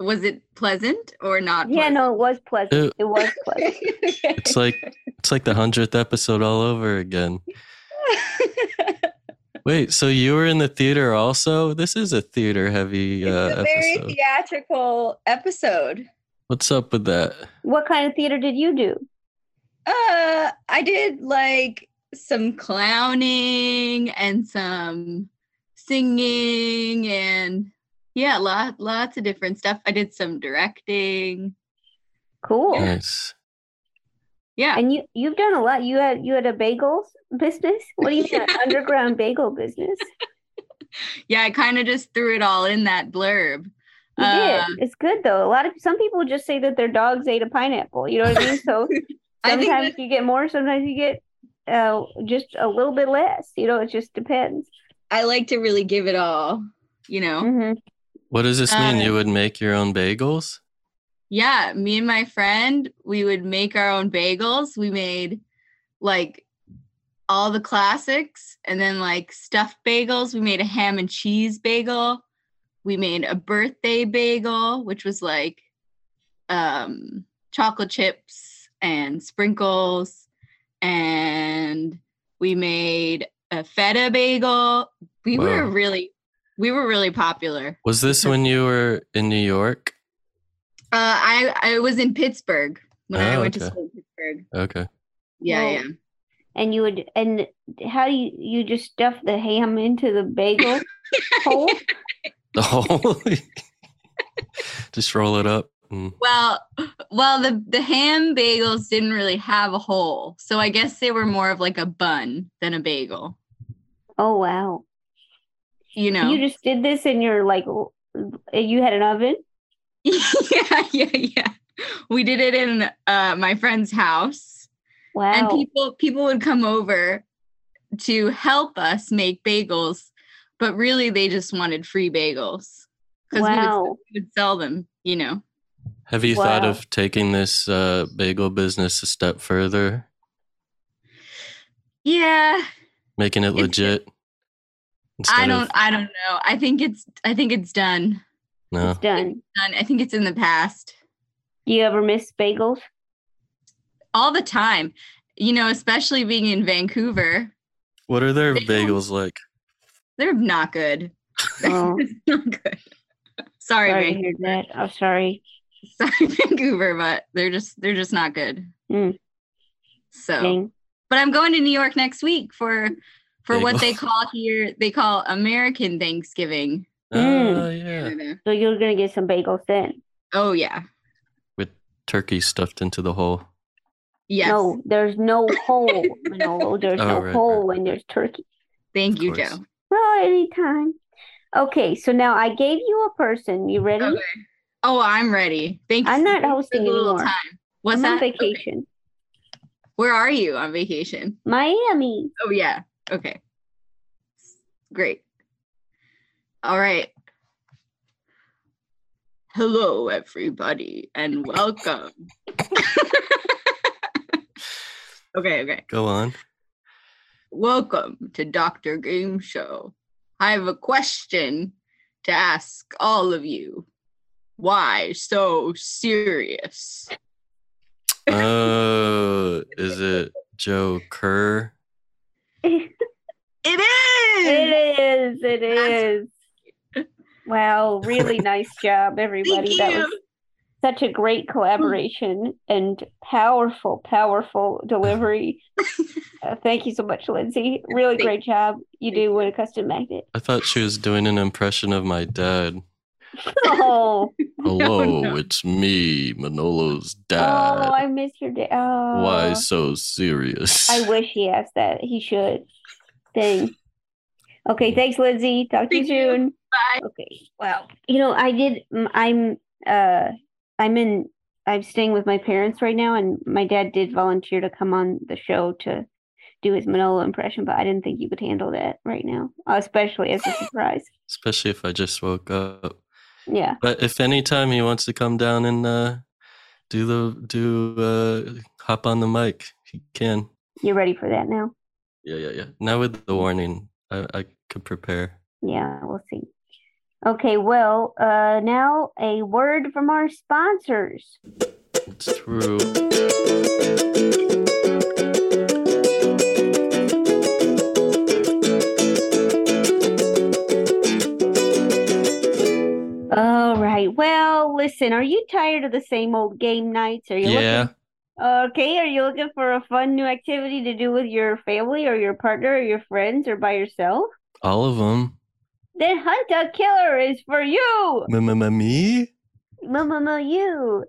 Was it pleasant or not?
yeah, no, it was pleasant.
Ew.
It was
[laughs]
pleasant.
It's like it's like the hundredth episode all over again. Wait, so you were in the theater also? This is a theater heavy uh,
it's a
episode.
very theatrical episode.
What's up with that?
What kind of theater did you do?
Uh, I did like
some clowning and some singing and yeah, lot, lots of different stuff. I did some directing.
Cool.
Nice.
Yeah.
And you you've done a lot. You had you had a bagels
[laughs]
business. What do you mean, an underground bagel business?
Yeah, I kind of just threw it all in that blurb.
You
Uh,
did. It's good though. A lot of some people just say that their dogs ate a pineapple. You know what I mean?
[laughs]
So
I think
sometimes you get more. Sometimes you get uh, just a little bit less. You know, it just depends.
I like to really give it all, you know?
hmm
What does this mean?
Uh,
you would make your own bagels?
Yeah, me and my friend, we would make our own bagels. We made like all the classics and then like stuffed bagels. We made a ham and cheese bagel. We made a birthday bagel, which was like um chocolate chips and sprinkles and we made a feta bagel. We were
Wow.
really we were really popular.
Was this when you were in New York?
Uh, I I was in Pittsburgh when I
Oh,
went to
okay.
school in Pittsburgh.
Okay. [laughs]
Yeah,
Well,
yeah.
And you would and how do you you just stuff the ham into the
[laughs]
bagel hole?
The whole [laughs] just roll it up. and-
Well, well, the the ham bagels didn't really have a hole, so I guess they were more of like a bun than a bagel. [laughs]
Oh wow.
You know?
You just did this in your like l- you had an oven?
yeah, yeah, yeah. We did it in uh, my friend's house,
Wow.
And people people would come over to help us make bagels, but really they just wanted free bagels because we,
Wow.
would- we would sell them, you know.
Have you thought
Wow.
of taking this uh, bagel business a step further,
Yeah,
making it legit?
I
Instead
don't
Of,
I don't know. I think it's I think it's done.
no.
Done.
Done. I think it's in the past.
Do you ever miss bagels?
All the time. You know, especially being in Vancouver.
What are their bagels like?
They're not good. [laughs]
Oh,
Sorry,
sorry to
Vancouver.
hear that. I'm sorry.
[laughs] Sorry, Vancouver, but they're just they're just not good.
Mm.
So
Dang.
but I'm going to New York next week for for what they
Bagels.
call here they call American Thanksgiving.
Ah,
Mm.
yeah.
So you're gonna get some bagels then?
Mm-hmm. Oh yeah.
With turkey stuffed into the hole.
Yes.
No, there's
[laughs]
no hole. Manolo. There's
Oh,
no
right, right,
hole when there's turkey.
Thank you,
course.
Joe.
Well, anytime. Okay, so now I gave you a person. You ready?
Okay. Oh, I'm ready. Thank you.
I'm not
thank you for
hosting
the little
anymore.
Time. What's
I'm
that?
on
Okay.
vacation.
Where are you on vacation?
Miami.
Oh yeah. Okay. Great. All right. Hello, everybody, and welcome. [laughs] okay, okay.
Go
[laughs]
on.
Welcome to Dr. Game Show. I have a question to ask all of you. Why so serious?
Oh, is it Joe Kerr?
It is.
It is. It is.
[laughs]
Wow, really nice job, everybody. That was such a [laughs] great collaboration and powerful, powerful [laughs] delivery. Uh, thank you so much, Lindsay. Really great job you do with a custom magnet.
I thought she was doing an impression of my dad.
[laughs] Oh,
[laughs] Hello,
[laughs] no.
it's me, Manolo's
oh,
dad.
I miss your day. Oh,
Why so serious? [laughs]
I wish he asked that. He should. Dang. Okay, thanks, Lindsay. Talk to you soon.
Bye.
Okay. Wow. You know, I did. m- I'm. Uh, I'm in. I'm staying with my parents right now, and my dad did volunteer to come on the show to do his Manolo impression, but I didn't think you could handle that right now, especially as a surprise.
Especially if I just woke up.
Yeah.
But if anytime he wants to come down and uh, do the do uh, hop on the mic, he can.
You're ready for that now?
Yeah, yeah, yeah. Now with the warning, I, I could prepare.
Yeah, we'll see. Okay, well, uh, now a word from our sponsors.
It's true.
All right. Well, listen, are you tired of the same old game nights? Are you looking
Yeah.
Okay, are you looking for a fun new activity to do with your family or your partner or your friends or by yourself?
All of them.
Then Hunt a Killer is for you!
Me?
Mama, mama, you!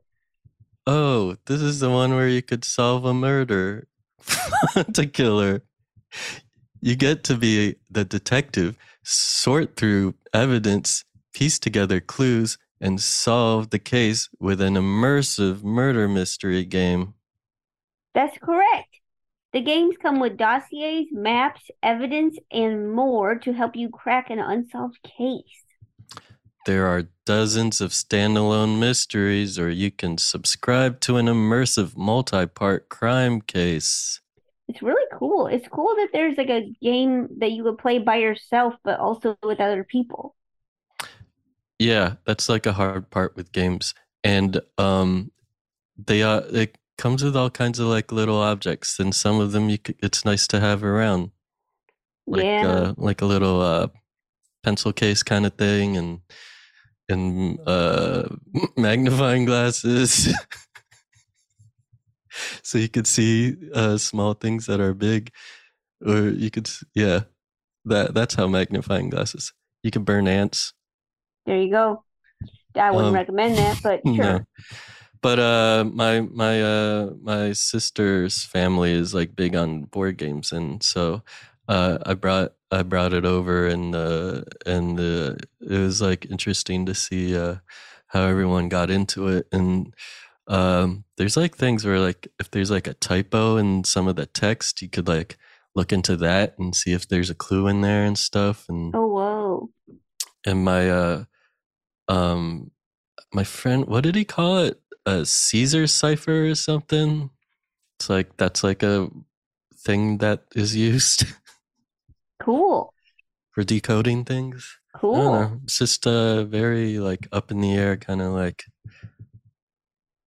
Oh, this is the one where you could solve a murder [laughs] to killer. You get to be the detective, sort through evidence, piece together clues, and solve the case with an immersive murder mystery game.
That's correct. The games come with dossiers, maps, evidence, and more to help you crack an unsolved case.
There are dozens of standalone mysteries, or you can subscribe to an immersive multi part crime case.
It's really cool. It's cool that there's like a game that you could play by yourself, but also with other people.
Yeah, that's like a hard part with games. And um they uh it comes with all kinds of like little objects and some of them you c- it's nice to have around. Like
Yeah.
uh like a little uh pencil case kind of thing and and uh [laughs] magnifying glasses. [laughs] so you could see uh small things that are big or you could s- yeah. That that's how magnifying glasses. You can burn ants.
There you go. I wouldn't
Um,
recommend that,
[laughs]
but
No.
sure.
But uh, my my uh, my sister's family is like big on board games, and so uh, I brought I brought it over, and uh, and uh, it was like interesting to see uh, how everyone got into it, and um, there's like things where like if there's like a typo in some of the text, you could like look into that and see if there's a clue in there and stuff. And
Oh whoa.
and my uh um my friend what did he call it a caesar cipher or something it's like that's like a thing that is used [laughs]
Cool.
for decoding things I don't
Cool.
know. it's just uh very like up in the air kind of like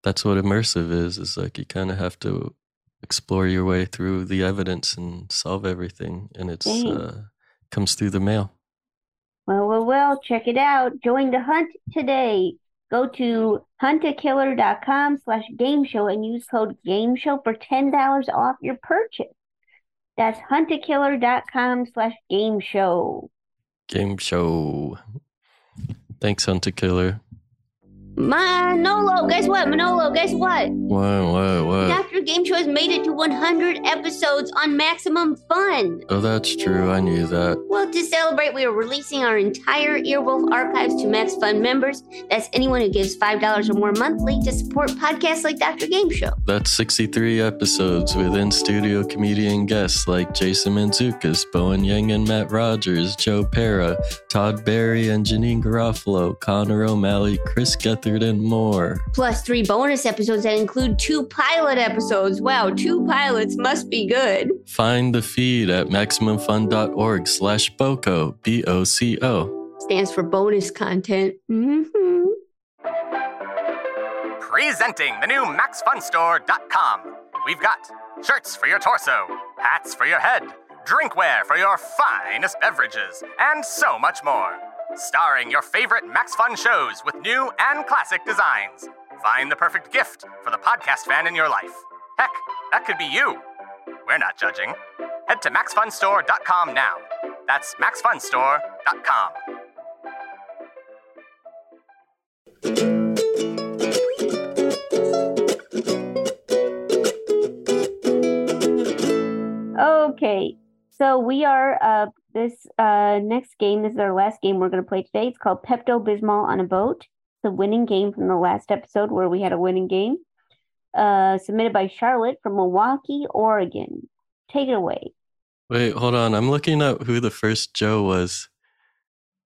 that's what immersive is is like you kind of have to explore your way through the evidence and solve everything and it's
Dang.
uh comes through the mail
Well, well, well, check it out. Join the hunt today. Go to huntakiller.com slash game show and use code game show for $10 off your purchase. That's huntakiller.com slash game show.
game show thanks hunter killer
Manolo, guess what? Manolo, guess what?
Whoa, whoa, whoa.
Dr. Game Show has made it to 100 episodes on Maximum Fun.
Oh, that's true. I knew that.
Well, to celebrate, we are releasing our entire Earwolf archives to Max Fund members. That's anyone who gives $5 or more monthly to support podcasts like Dr. Game Show.
That's 63 episodes with in studio comedian guests like Jason Manzukis, Bowen Yang and Matt Rogers, Joe Pera, Todd Barry and Janine Garofalo, Connor O'Malley, Chris Gethard, and more.
Plus three bonus episodes that include two pilot episodes. Wow, two pilots must be good.
Find the feed at MaximumFun.org slash BOCO, B-O-C-O.
Stands for bonus content. hmm
Presenting the new MaxFunStore.com. We've got shirts for your torso, hats for your head, drinkware for your finest beverages, and so much more. Starring your favorite Max Fun shows with new and classic designs. Find the perfect gift for the podcast fan in your life. Heck, that could be you. We're not judging. Head to MaxFunStore.com now. That's MaxFunStore.com.
Okay, so we are uh this uh next game. This is our last game we're going to play today. It's called Pepto Bismol on a boat. The winning game from the last episode where we had a winning game, uh, submitted by Charlotte from Milwaukee, Oregon. Take it away.
Wait, hold on. I'm looking up who the first Joe was.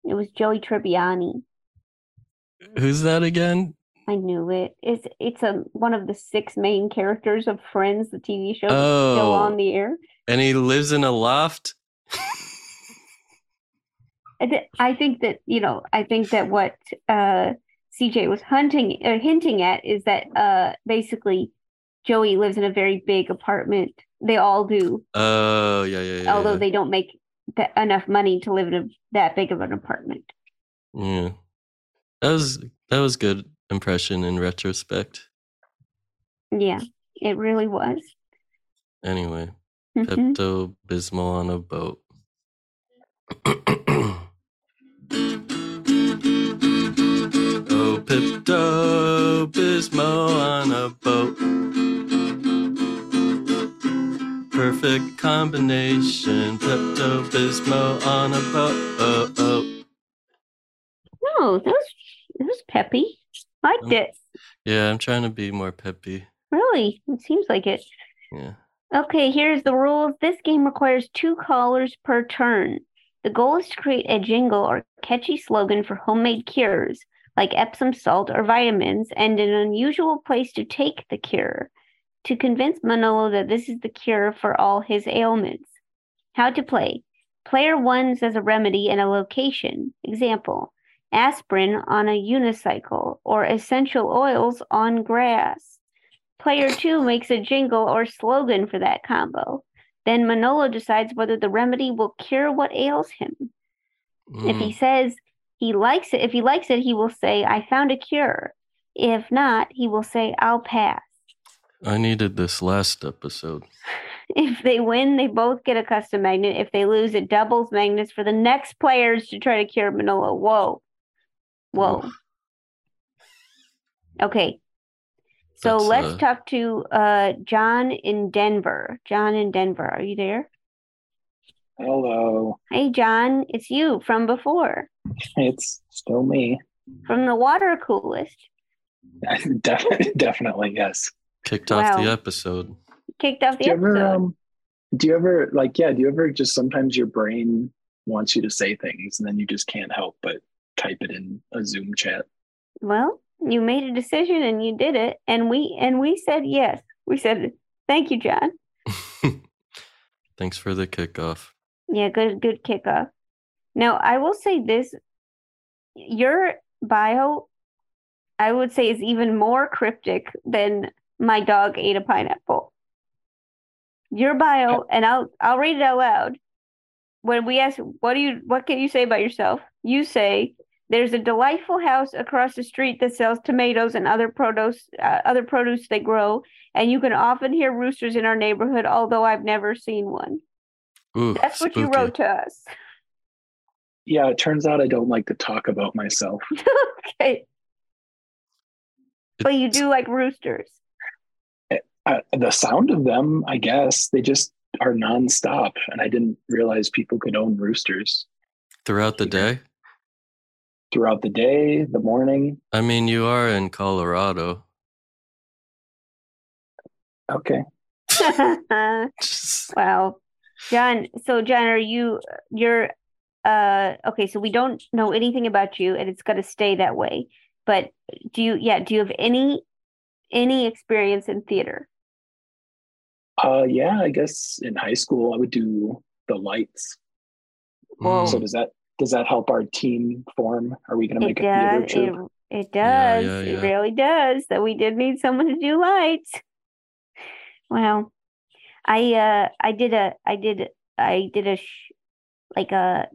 It was Joey Tribbiani.
Who's that again?
I knew it. It's it's a one of the six main characters of Friends, the TV show that's still
Oh.
on the air.
And he lives in a loft?
I, th- I think that you know i think that what uh cj was hunting or hinting at is that uh basically joey lives in a very big apartment they all do
Oh, yeah, yeah, yeah.
although
yeah.
they don't make th- enough money to live in a, that big of an apartment
Yeah. That was that was good impression in retrospect.
yeah it really was
Anyway,
Mhm.
Pepto Bismol on a boat. oh, Pepto Bismol on a boat. Perfect combination. Pepto Bismol on a boat. Oh, oh.
no that was that was peppy liked
Um,
it
Yeah, I'm trying to be more peppy.
really it seems like it
Yeah.
Okay, here's the rules. This game requires two callers per turn. The goal is to create a jingle or catchy slogan for homemade cures, like Epsom salt or vitamins, and an unusual place to take the cure to convince Manolo that this is the cure for all his ailments. How to play Player one says a remedy and a location. Example aspirin on a unicycle or essential oils on grass. Player two makes a jingle or slogan for that combo. Then Manolo decides whether the remedy will cure what ails him. If he
Mm.
says he likes it, if he likes it, he will say, I found a cure. If not, he will say, I'll pass.
I needed this last episode.
If they win, they both get a custom magnet. If they lose, it doubles magnets for the next players to try to cure Manolo. Whoa. Whoa. Okay. So
That's,
let's
uh,
talk to uh, John in Denver. John in Denver, are you there?
Hello.
Hey, John, it's you from before,
It's [laughs] still me.
from the water coolest.
definitely, [laughs] definitely, yes.
Kicked off the
Wow.
episode.
Kicked off the
do you
episode.
ever, um, do you ever like, yeah? Do you ever just sometimes your brain wants you to say things, and then you just can't help but type it in a Zoom chat?
well, you made a decision and you did it, and we and we said yes. We said thank you, John.
Thanks for the kickoff.
Yeah, good good kickoff. Now I will say this your bio I would say is even more cryptic than my dog ate a pineapple. Your bio, and I'll I'll read it out loud. When we ask what do you what can you say about yourself? You say there's a delightful house across the street that sells tomatoes and other produce uh, other produce they grow, and you can often hear roosters in our neighborhood, although I've never seen one.
Ooh,
That's what you wrote to us. [laughs]
Yeah, it turns out I don't like to talk about myself.
okay. But you do like [laughs] roosters.
Uh, the sound of them, I guess, they just are nonstop, and I didn't realize people could own roosters
Throughout the day?
throughout the day, the morning.
I mean, you are in Colorado.
Okay.
wow. John, so John, are you you're uh okay, so we don't know anything about you and it's gonna stay that way. But do you yeah, do you have any any experience in theater?
Uh, yeah, I guess in high school I would do the lights. So does that does that help our team form? Are we going to
It
make a
does
theater
it,
troupe?
Um, it
Yeah,
does.
yeah,
It
yeah.
really does. That we did need someone to do lights. Wow. I uh I did a I did I did a sh- like a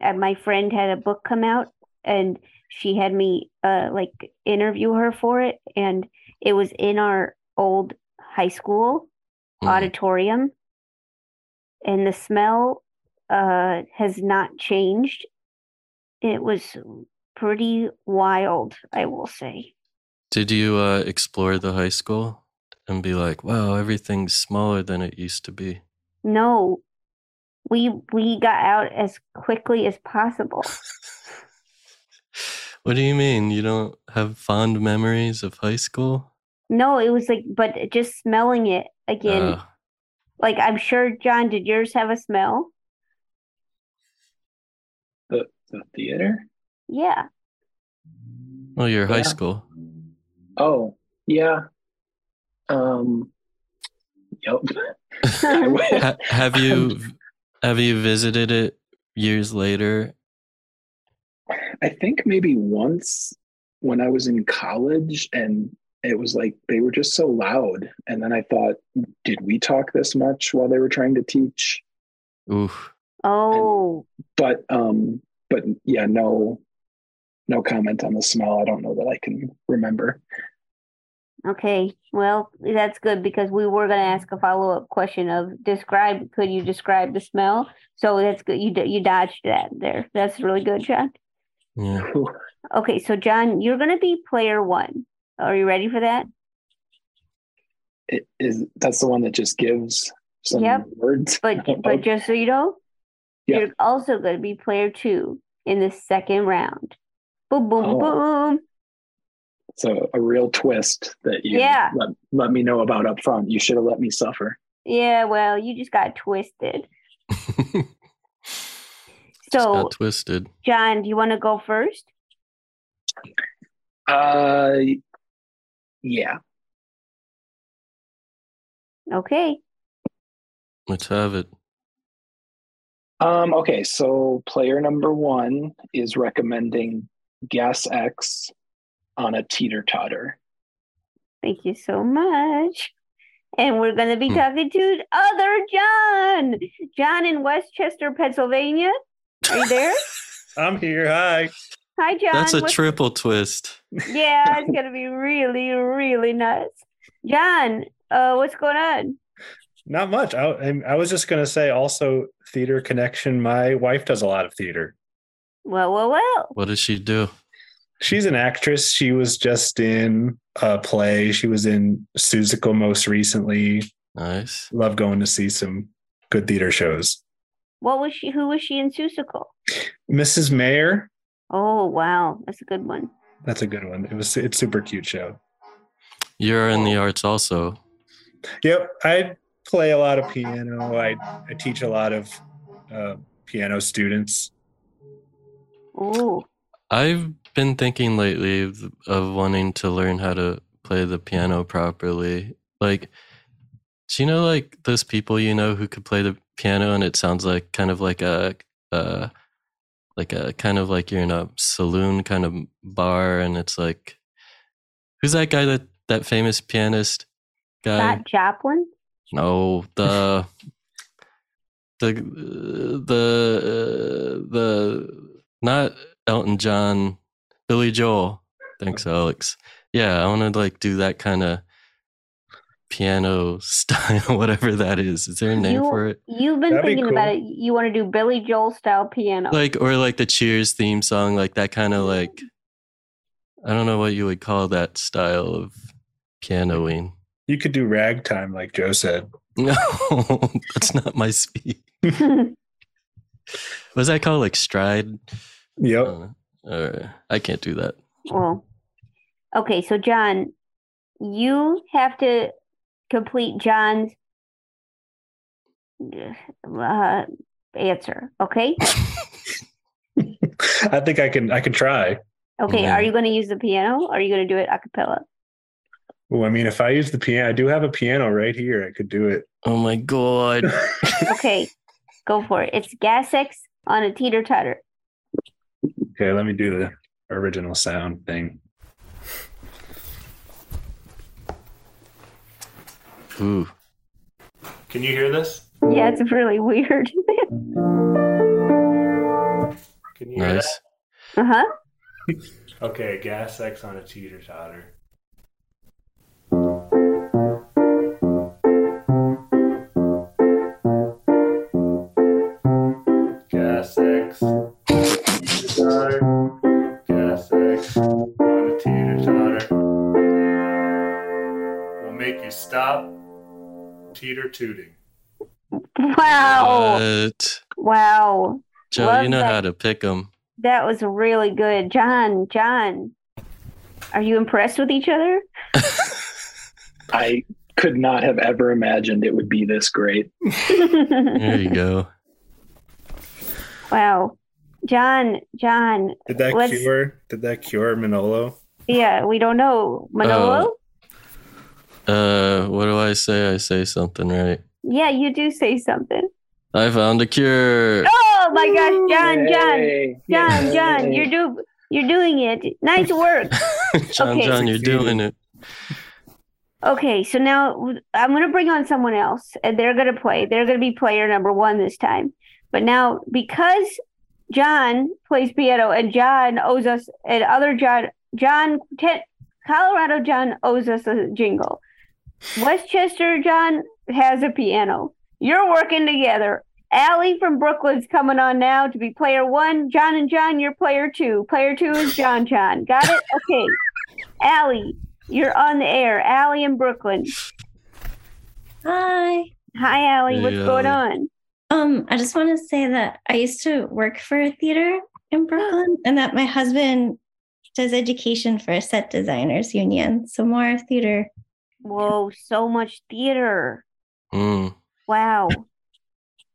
uh, my friend had a book come out and she had me uh like interview her for it and it was in our old high school
Mm-hmm.
auditorium and the smell uh has not changed. It was pretty wild, I will say.
Did you uh, explore the high school and be like, wow, everything's smaller than it used to be?
No, we we got out as quickly as
[laughs]
possible.
What do you mean? You don't have fond memories of high school?
No, it was like, but just smelling it again.
Uh,
like I'm sure, John, did yours have a smell?
The, the theater?
Yeah.
oh, your high
Yeah.
school.
Oh, yeah. Um, yep. [laughs] I would-
Ha- have you have you visited it years later?
[laughs] I think maybe once when I was in college and it was like they were just so loud. And then I thought, did we talk this much while they were trying to teach?
Oof.
Oh.
But um but yeah, no no comment on the smell. I don't know that I can remember.
Okay. Well, that's good because we were going to ask a follow up question of describe. Could you describe the smell? So that's good. You d- you dodged that there. That's really good, John.
Yeah.
Okay, so John, you're going to be player one. Are you ready for that?
It is that's the one that just gives some
Yep.
words.
But but just so you know,
Yeah.
you're also going to be player two in the second round. Boom, boom,
Oh.
boom.
So a real twist that you
Yeah.
let, let me know about up front. You should have let me suffer.
Yeah, well, you just
[laughs]
got twisted. so,
Got twisted.
John, do you want to go first?
Uh yeah.
Okay.
Let's have it.
Um, okay, so player number one is recommending Gas X on a teeter totter.
Thank you so much. And we're going to be
Hmm.
talking to other John. John in Westchester, Pennsylvania. Are
[laughs]
you there?
I'm here. Hi.
Hi, John.
That's a
What's-
triple twist.
Yeah,
[laughs]
it's going to be really, really nuts. John, uh, what's going on?
Not much. I, I'm- I was just going to say also theater connection. My wife does a lot of theater.
Well, well, well.
What does she do?
She's an actress. She was just in a play. She was in Suzical most recently.
Nice.
Love going to see some good theater shows.
What was she? Who was she in Susical?
Mrs. Mayer,
Oh, wow. That's a good one.
That's a good one. It was it's super cute show.
You're in the
Oh.
arts also.
Yep, I play a lot of piano. I I teach a lot of uh, piano students.
Ooh.
I've been thinking lately of, of wanting to learn how to play the piano properly. Like, do you know like those people you know who could play the piano and it sounds like kind of like a, uh, like a kind of like you're in a saloon kind of bar and it's like, who's that guy that that famous pianist guy?
Scott Joplin?
No, the the uh, the uh, the not Elton John, Billy Joel. Thanks, Alex. Yeah, I want to like do that kind of piano [laughs] style, whatever that is. Is there a name
you,
for it?
You've been
That'd be
thinking about it.
cool.
You want to do Billy Joel style piano.
Like or like the Cheers theme song, like that kind of like I don't know what you would call that style of pianoing.
You could do ragtime, like Joe said. [laughs]
[laughs] No, that's not my [laughs] speed. Was that called like stride? Uh,
Yep.
all right. I can't do that.
Well, okay, so John, you have to complete John's uh, answer.
[coughs]
Okay.
I think I can I can try.
Okay.
Yeah.
Are you going to use the piano? Or are you going to do it a cappella?
Well, I mean, if I use the piano, I do have a piano right here. I could do it.
Oh my god!
Okay. Go for it. It's Gassex on a teeter totter.
[laughs] okay, let me do the original sound thing.
Ooh.
Can you hear this?
Yeah, it's really weird. [laughs]
Can you hear
Nice.
uh huh.
that? Okay, gas X on a teeter totter. Gas X on a teeter totter. Gas X on a teeter totter. Will make you stop teeter tooting.
Wow.
But
Wow.
Joe,
Love
you know
that.
how to pick them.
That was really good. John, John, are you impressed with each other?
I could not have ever imagined it would be this great.
There you go.
[laughs] wow. John, John,
Did that
let's-
cure? Did that cure Manolo?
yeah, we don't know. Manolo?
Oh. Uh, what do I say? I say something right.
Yeah, you do say something.
I found a
[laughs]
cure.
Oh my gosh, John,
Yay.
John, John, John,
Yay.
you're do you're doing it. Nice
[laughs]
work.
John,
okay.
John, you're doing it.
Okay, so now w- I'm going to bring on someone else and they're going to play. They're going to be player number one this time. But now, because John plays piano and John owes us, and other John, John, Te- Colorado John owes us a jingle. Westchester John has a piano. You're working together. Allie from Brooklyn's coming on now to be player one. John and John, you're player two. Player two is John John. Got it? Okay. Allie, you're on the air. Allie in Brooklyn.
Hi.
Hi, Allie. What's
Hey,
going
Allie.
on?
Um, I just want to say that I used to work for a theater in Brooklyn and that my husband does education for a set designers union. So more theater.
Whoa, so much theater.
Mm.
Wow.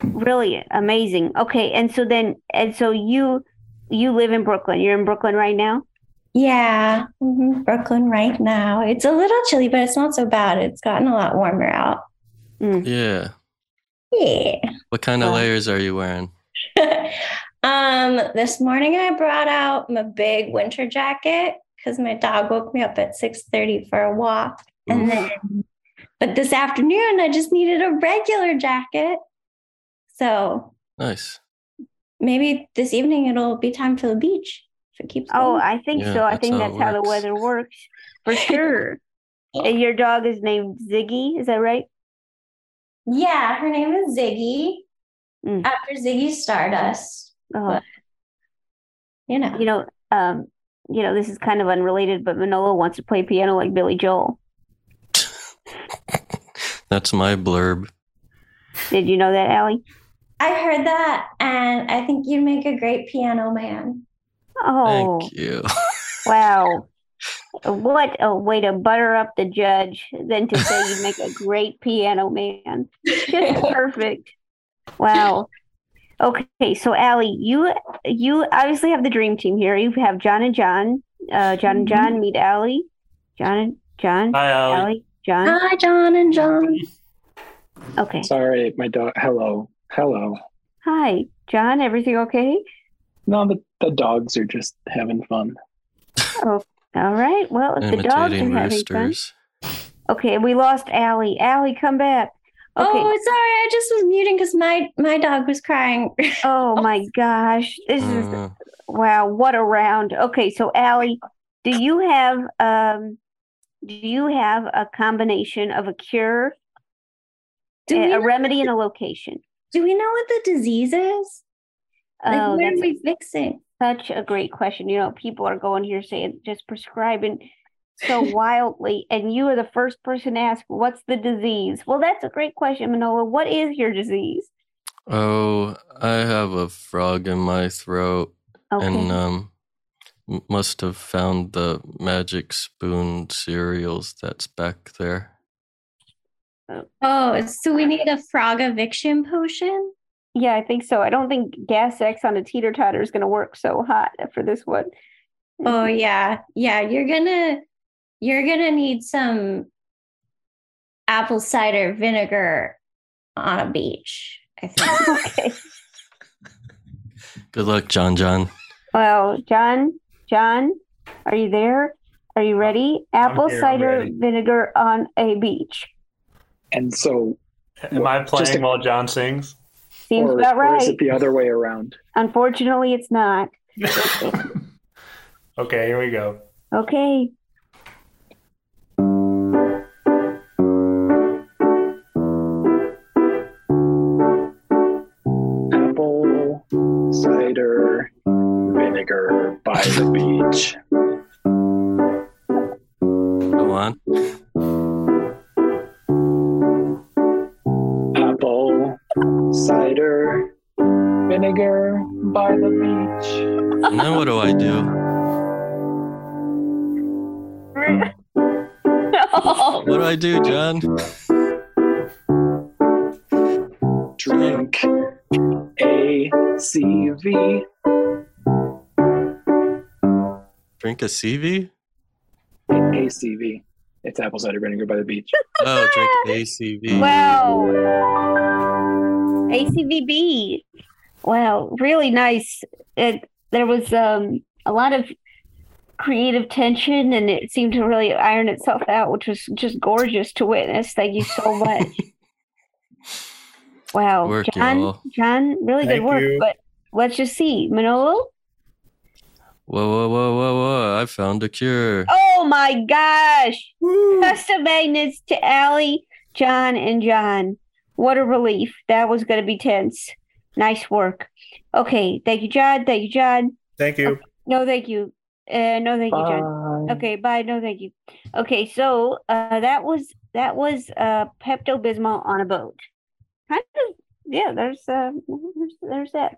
Really amazing. Okay, and so then and so you you live in Brooklyn. You're in Brooklyn right now?
Yeah. mhm, Brooklyn right now. It's a little chilly, but it's not so bad. It's gotten a lot warmer out.
Yeah.
Yeah.
What kind of layers are you wearing?
Um, this morning I brought out my big winter jacket because my dog woke me up at 6:30 for a walk. And then but this afternoon I just needed a regular jacket. So
Nice.
maybe this evening it'll be time for the beach if it keeps
Oh,
going.
I think
Yeah,
so. I
that's
think
how it
that's how the
works.
weather works
[laughs]
for sure. and your dog is named Ziggy, is that right?
Yeah, her name is Ziggy. After Ziggy Stardust.
Mm. Oh.
You know.
You know, um, you know, this is kind of unrelated, but Manolo wants to play piano like Billy Joel.
That's my blurb.
Did you know that, Allie?
I heard that and I think you'd make a great piano man.
Oh,
Thank you.
Wow. What a way to butter up the judge than to say you make a great piano man.
[laughs]
Just perfect. Wow. Okay, so Allie, you you obviously have the dream team here. You have John and John. Uh, John and
Mm-hmm.
John meet Allie. John and John.
Hi, Allie.
John.
Hi, John and John.
Okay.
Sorry, my dog. Hello, hello.
Hi, John. Everything okay?
No, the, the dogs are just having fun.
Oh, all right. Well, if Oh, the dogs are
Imitating
having fun. Okay, we lost Allie. Allie, come back. Okay.
Oh, sorry. I just was muting because my my dog was crying. [laughs]
Oh my gosh, this is
Mm.
wow! What a round. Okay, so Allie, do you have um, do you have a combination of a cure,
Do
a,
we
a
know-
remedy, and a location?
Do we know what the disease is? Like,
Oh,
where do
that's
we fix it?
Such a great question. You know, people are going here saying just prescribing so
[laughs]
wildly, and you are the first person to ask, "What's the disease?" Well, that's a great question, Manola. What is your disease?
Oh, I have a frog in my throat,
Okay.
and um, m- must have found the magic spoon cereals that's back there.
Oh, so we need a frog eviction potion?
Yeah, I think so. I don't think gas X on a teeter totter is going to work so hot for this one.
Oh yeah. Yeah, you're gonna you're gonna need some apple cider vinegar on a beach,
[laughs]
I think.
okay.
Good luck, John. John.
Well, John, John, are you there? Are you ready? Apple
here, I'm
cider
ready.
vinegar on a beach.
And so,
Am I
Just
playing
a-
while John sings?
Seems
or,
about
or is
right.
it the other way around?
Unfortunately, it's not.
[laughs] Okay, here we go.
Okay.
Apple cider vinegar by the beach.
Go on.
Apple cider vinegar by the beach.
And then what do I do?
[laughs]
[laughs]
No.
What do I do, John?
Drink ACV.
Drink a CV?
ACV. It's apple cider vinegar by the beach.
Oh, drink ACV.
Wow. ACVB. Wow, really nice. It, there was um, a lot of creative tension, and it seemed to really iron itself out, which was just gorgeous to witness. Thank you
[laughs]
so much. wow,
Work,
John,
y'all.
John, really
Thank
good work.
you.
But let's just see, Manolo.
Whoa, whoa, whoa, whoa, whoa. I found a cure.
Oh my gosh! Just a magnets to Allie, John, and John. What a relief. That was going to be tense. Nice work. Okay. Thank you, John. Thank you, John.
Thank you.
No, thank you. Uh, no, thank you, John. Okay. Bye. No, thank you. Okay. So uh, that was that was uh, Pepto Bismol on a boat. Kind of. Yeah. There's uh, there's, there's that.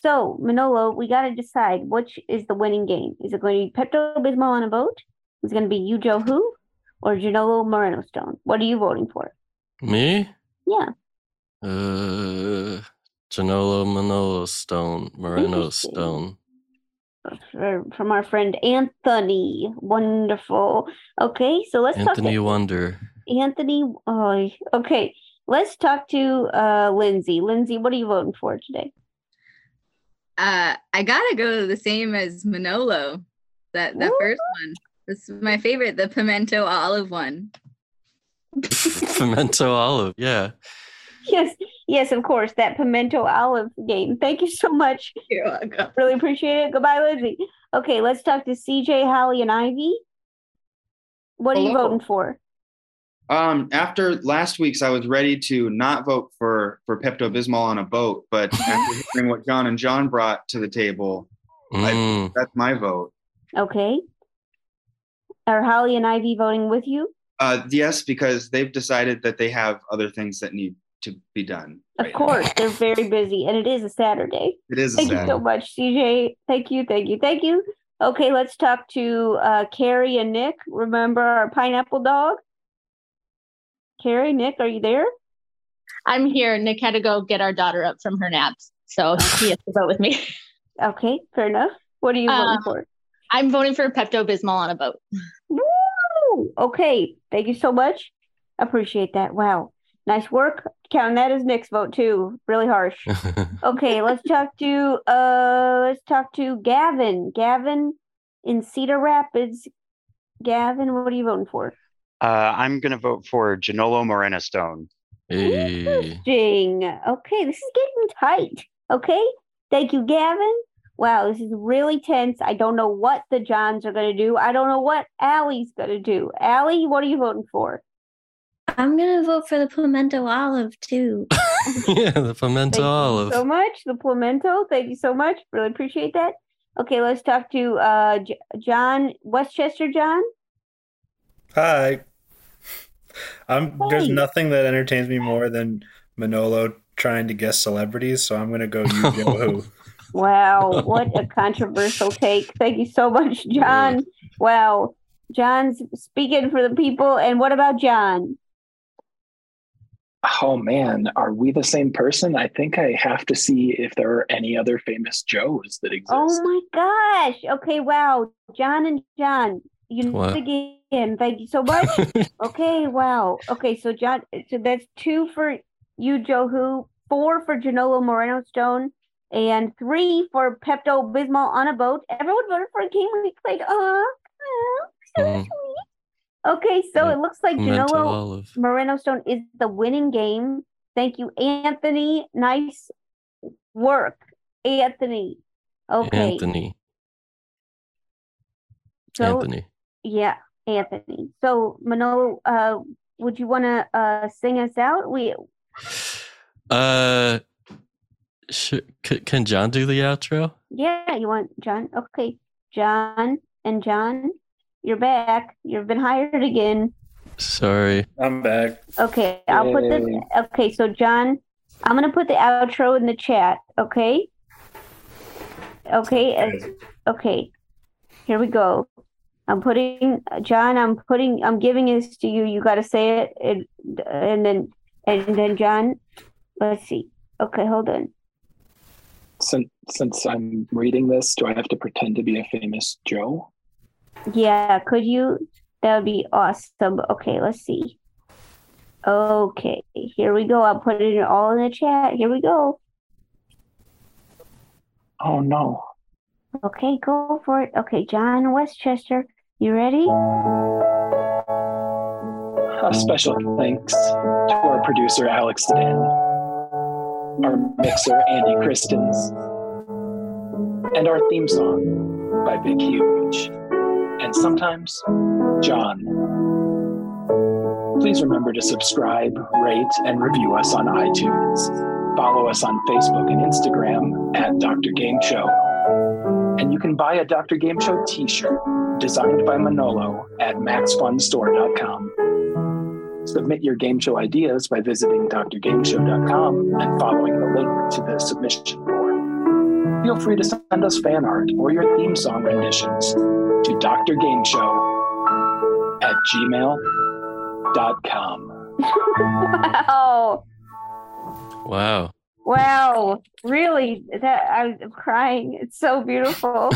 So, Manolo, we got to decide which is the winning game. Is it going to be Pepto Bismol on a boat? Is it going to be Yujo Who or Janolo Moreno Stone? What are you voting for?
Me?
Yeah.
Uh, Janolo Manolo Stone, Moreno Stone.
For, from our friend Anthony. Wonderful. Okay, so let's
Anthony
talk
Wonder. [laughs]
to Anthony. Oh, okay, let's talk to uh, Lindsay. Lindsay, what are you voting for today? [laughs]
Uh, I gotta go the same as Manolo. That that first one. This is my favorite, the pimento olive one.
Pimento Olive. Yeah. [laughs]
Yes, yes, of course, that pimento olive game. Thank you so much.
[laughs] You're welcome.
Really appreciate it. Goodbye, Lindsay. Okay, let's talk to CJ, Holly, and Ivy. What are you
Hello.
voting for?
Um, after last week's, I was ready to not vote for for Pepto Bismol on a boat, but after hearing what John and John brought to the table, I, that's my vote.
Okay. Are Holly and Ivy voting with you?
Uh, yes, because they've decided that they have other things that need to be done.
Of course, they're very busy, and it is a Saturday.
It is a
Thank you
Saturday.
so much, CJ. Thank you, thank you, thank you. Okay, let's talk to uh, Carrie and Nick. Remember our pineapple dog? Carrie, Nick, are you there?
I'm here. Nick had to go get our daughter up from her naps, so he has to vote with me.
[laughs]
Uh,
Okay, fair enough. What are you voting for?
I'm voting for Pepto Bismol on a boat.
Woo! Okay, thank you so much. Appreciate that. Wow, nice work. Counting that as Nick's vote too. Really harsh. okay, let's talk to uh, let's talk to Gavin. Gavin in Cedar Rapids. Gavin, what are you voting for?
Uh, I'm going to vote for Janolo Morena Stone.
Interesting. Okay, this is getting tight. Okay, thank you, Gavin. Wow, this is really tense. I don't know what the Johns are going to do. I don't know what Allie's going to do. Allie, what are you voting for?
I'm gonna vote for the pimento olive too.
yeah, the pimento
Thank
olive.
you so much. The Plemento. Thank you so much. Really appreciate that. Okay, let's talk to uh, J- John Westchester. John.
Hi. I'm there's
Hey.
nothing that entertains me more than Manolo trying to guess celebrities, so I'm gonna go you Joe who.
Wow, what a controversial take. Thank you so much, John. Wow. John's speaking for the people. And what about John?
Oh man, are we the same person? I think I have to see if there are any other famous Joes that exist.
Oh my gosh. Okay, wow. John and John, you
What?
again. Thank you so much. okay, wow. Okay, so John, so that's two for you, Johu, four for Janolo Moreno Stone, and three for Pepto Bismol on a boat. Everyone voted for a game we played. Uh,
Mm.
okay, so it looks like
Pimento
Janolo
olive.
Moreno Stone is the winning game. Thank you, Anthony. Nice work, Anthony. Okay.
Anthony.
So-
Anthony.
Yeah, Anthony. So Manolo, uh, would you want to uh, sing us out? We
Uh, sh- c- can John do the outro?
yeah, you want John? Okay, John and John, you're back. You've been hired again.
Sorry.
I'm back.
Okay, I'll put
Yay.
the okay. So John, I'm gonna put the outro in the chat. Okay. Okay. as- okay. Here we go. I'm putting John. I'm putting. I'm giving this to you. You got to say it, and, and then and then John. Let's see. Okay, hold on.
Since since I'm reading this, do I have to pretend to be a famous Joe?
Yeah, could you? That would be awesome. Okay, let's see. Okay, here we go. I'll put it all in the chat. Here we go.
Oh no.
Okay, go for it. Okay, John Westchester, you ready? [laughs]
A special thanks to our producer Alex Dan, our mixer Andy Christens, and our theme song by Big Huge, and sometimes John. Please remember to subscribe, rate, and review us on iTunes. Follow us on Facebook and Instagram at Dr. Game Show. And you can buy a Dr. Game Show t shirt designed by Manolo at maxfunstore.com. Submit your game show ideas by visiting drgameshow.com and following the link to the submission form. Feel free to send us fan art or your theme song renditions to drgameshow at gmail.com.
Wow.
Wow.
Wow, really? That I'm crying. It's
[laughs]
so beautiful.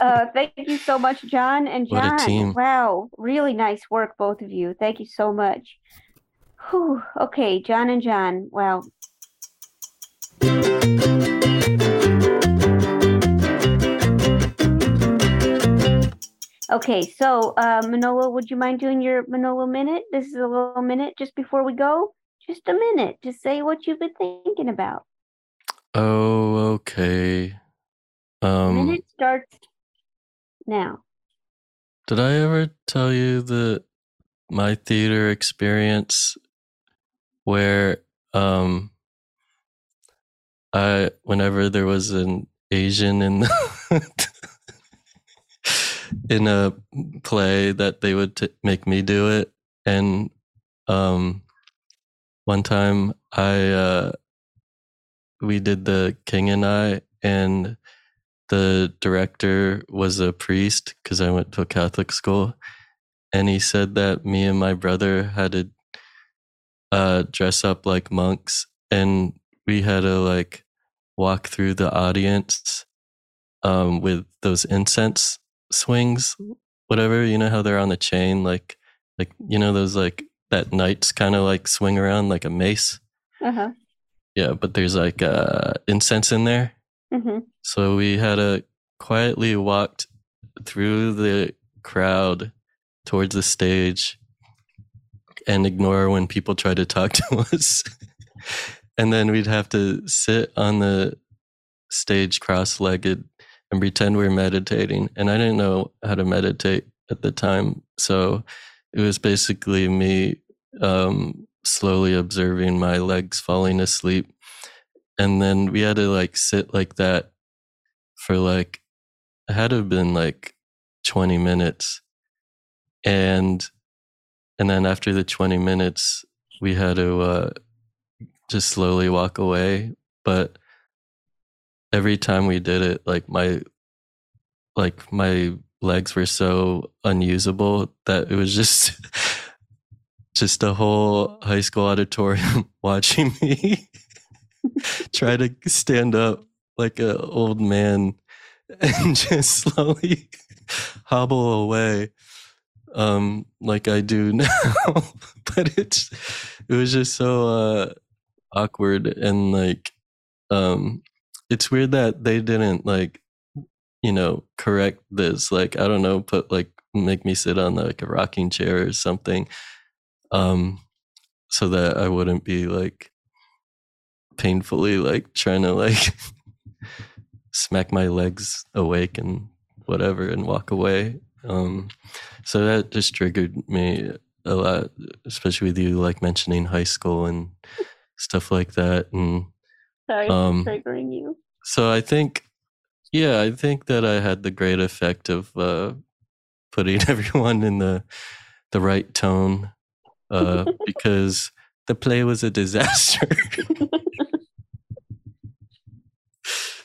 uh, thank you so much, John and
What a
John.
team.
Wow, really nice work, both of you. Thank you so much. Whew. Okay, John and John. Wow. Okay, so uh, Manolo, would you mind doing your Manolo minute? This is a little minute just before we go. Just a minute. Just say what you've been thinking about.
Oh, okay. Um,
minute starts now.
Did I ever tell you the my theater experience where um I whenever there was an Asian in the [laughs] in a play that they would t- make me do it and um one time I uh we did the King and I and the director was a priest because I went to a Catholic school, and he said that me and my brother had to uh, dress up like monks, and we had to like walk through the audience um, with those incense swings, whatever you know how they're on the chain, like like you know those like that knights kind of like swing around like a mace.
Uh-huh.
Yeah, but there's like uh, incense in there.
Mm-hmm.
So we had a quietly walked through the crowd towards the stage and ignore when people try to talk [laughs] to us. and then we'd have to sit on the stage cross legged and pretend we're meditating. And I didn't know how to meditate at the time. So it was basically me um, slowly observing my legs falling asleep and then we had to like sit like that for like it had to have been like 20 minutes and and then after the 20 minutes we had to uh just slowly walk away but every time we did it like my like my legs were so unusable that it was just [laughs] just a whole high school auditorium [laughs] watching me [laughs] try to stand up like an old man [laughs] and just slowly [laughs] hobble away um like i do [laughs] now but it's it was just so uh awkward and like um it's weird that they didn't like you know correct this like i don't know put like make me sit on like a rocking chair or something um so that i wouldn't be like painfully like trying to like [laughs] smack my legs awake and whatever and walk away um so that just triggered me a lot especially with you like mentioning high school and stuff like that and
Sorry
Um,
for triggering you.
so i think yeah i think that i had the great effect of uh putting [laughs] everyone in the the right tone uh because the play was a disaster [laughs]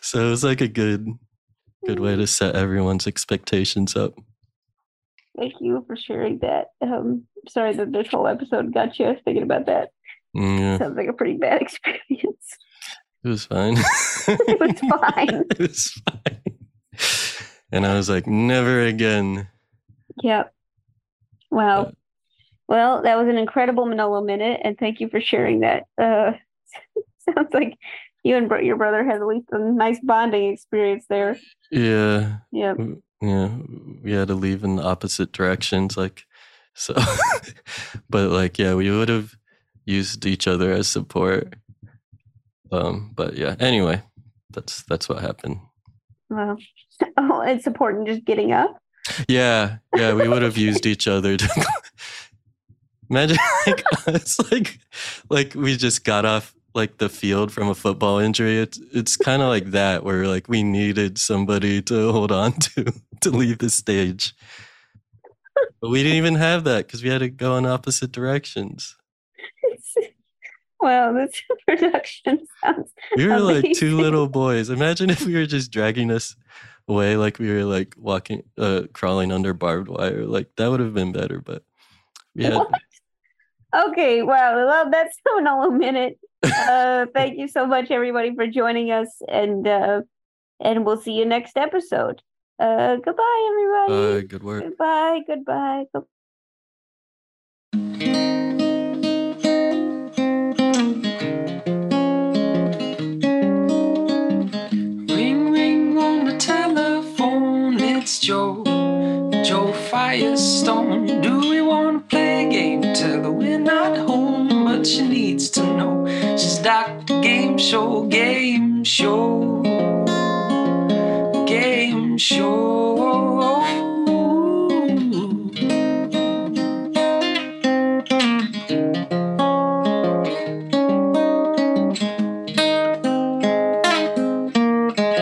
so it was like a good good way to set everyone's expectations up
Thank you for sharing that. Um, sorry that this whole episode got you thinking about that.
Mm, yeah
Sounds like a pretty
[laughs]
bad [laughs] experience.
it was fine [laughs]
it was fine.
it was fine and i was like never again
Yep. Wow. well, that was an incredible Manolo minute, and thank you for sharing that. Uh, [laughs] sounds like you and bro- your brother had at least a nice bonding experience there.
yeah
Yep.
W- Mm, yeah we had to leave in the opposite directions like so [laughs] but like yeah we would have used each other as support um but yeah anyway that's that's what happened
Wow. [laughs] Oh, it's important just getting up.
Yeah, yeah, we would have used each other. To [laughs] Imagine like [laughs] it's like like we just got off like the field from a football injury. It's it's kind of like that where like we needed somebody to hold on to [laughs] to leave the stage. But we didn't even have that because we had to go in opposite directions.
[laughs] Wow, this production sounds.
We were like two
amazing.
little boys. Imagine if we were just dragging us away like we were like walking uh crawling under barbed wire. Like that would have been better, but we had
Okay, wow. Well, that's the Manolo minute.
[laughs]
Uh, thank you so much, everybody, for joining us, and uh, and we'll see you next episode. Uh, goodbye, everybody.
uh good work.
goodbye. Goodbye. Goodbye.
Ring, ring on the telephone, it's Joe, Joe Firestone. Do we want to play a game? Tell her we're not home, but she needs to know. She's Dr. Game Show, Game Show, Game Show.
MaximumFun.org.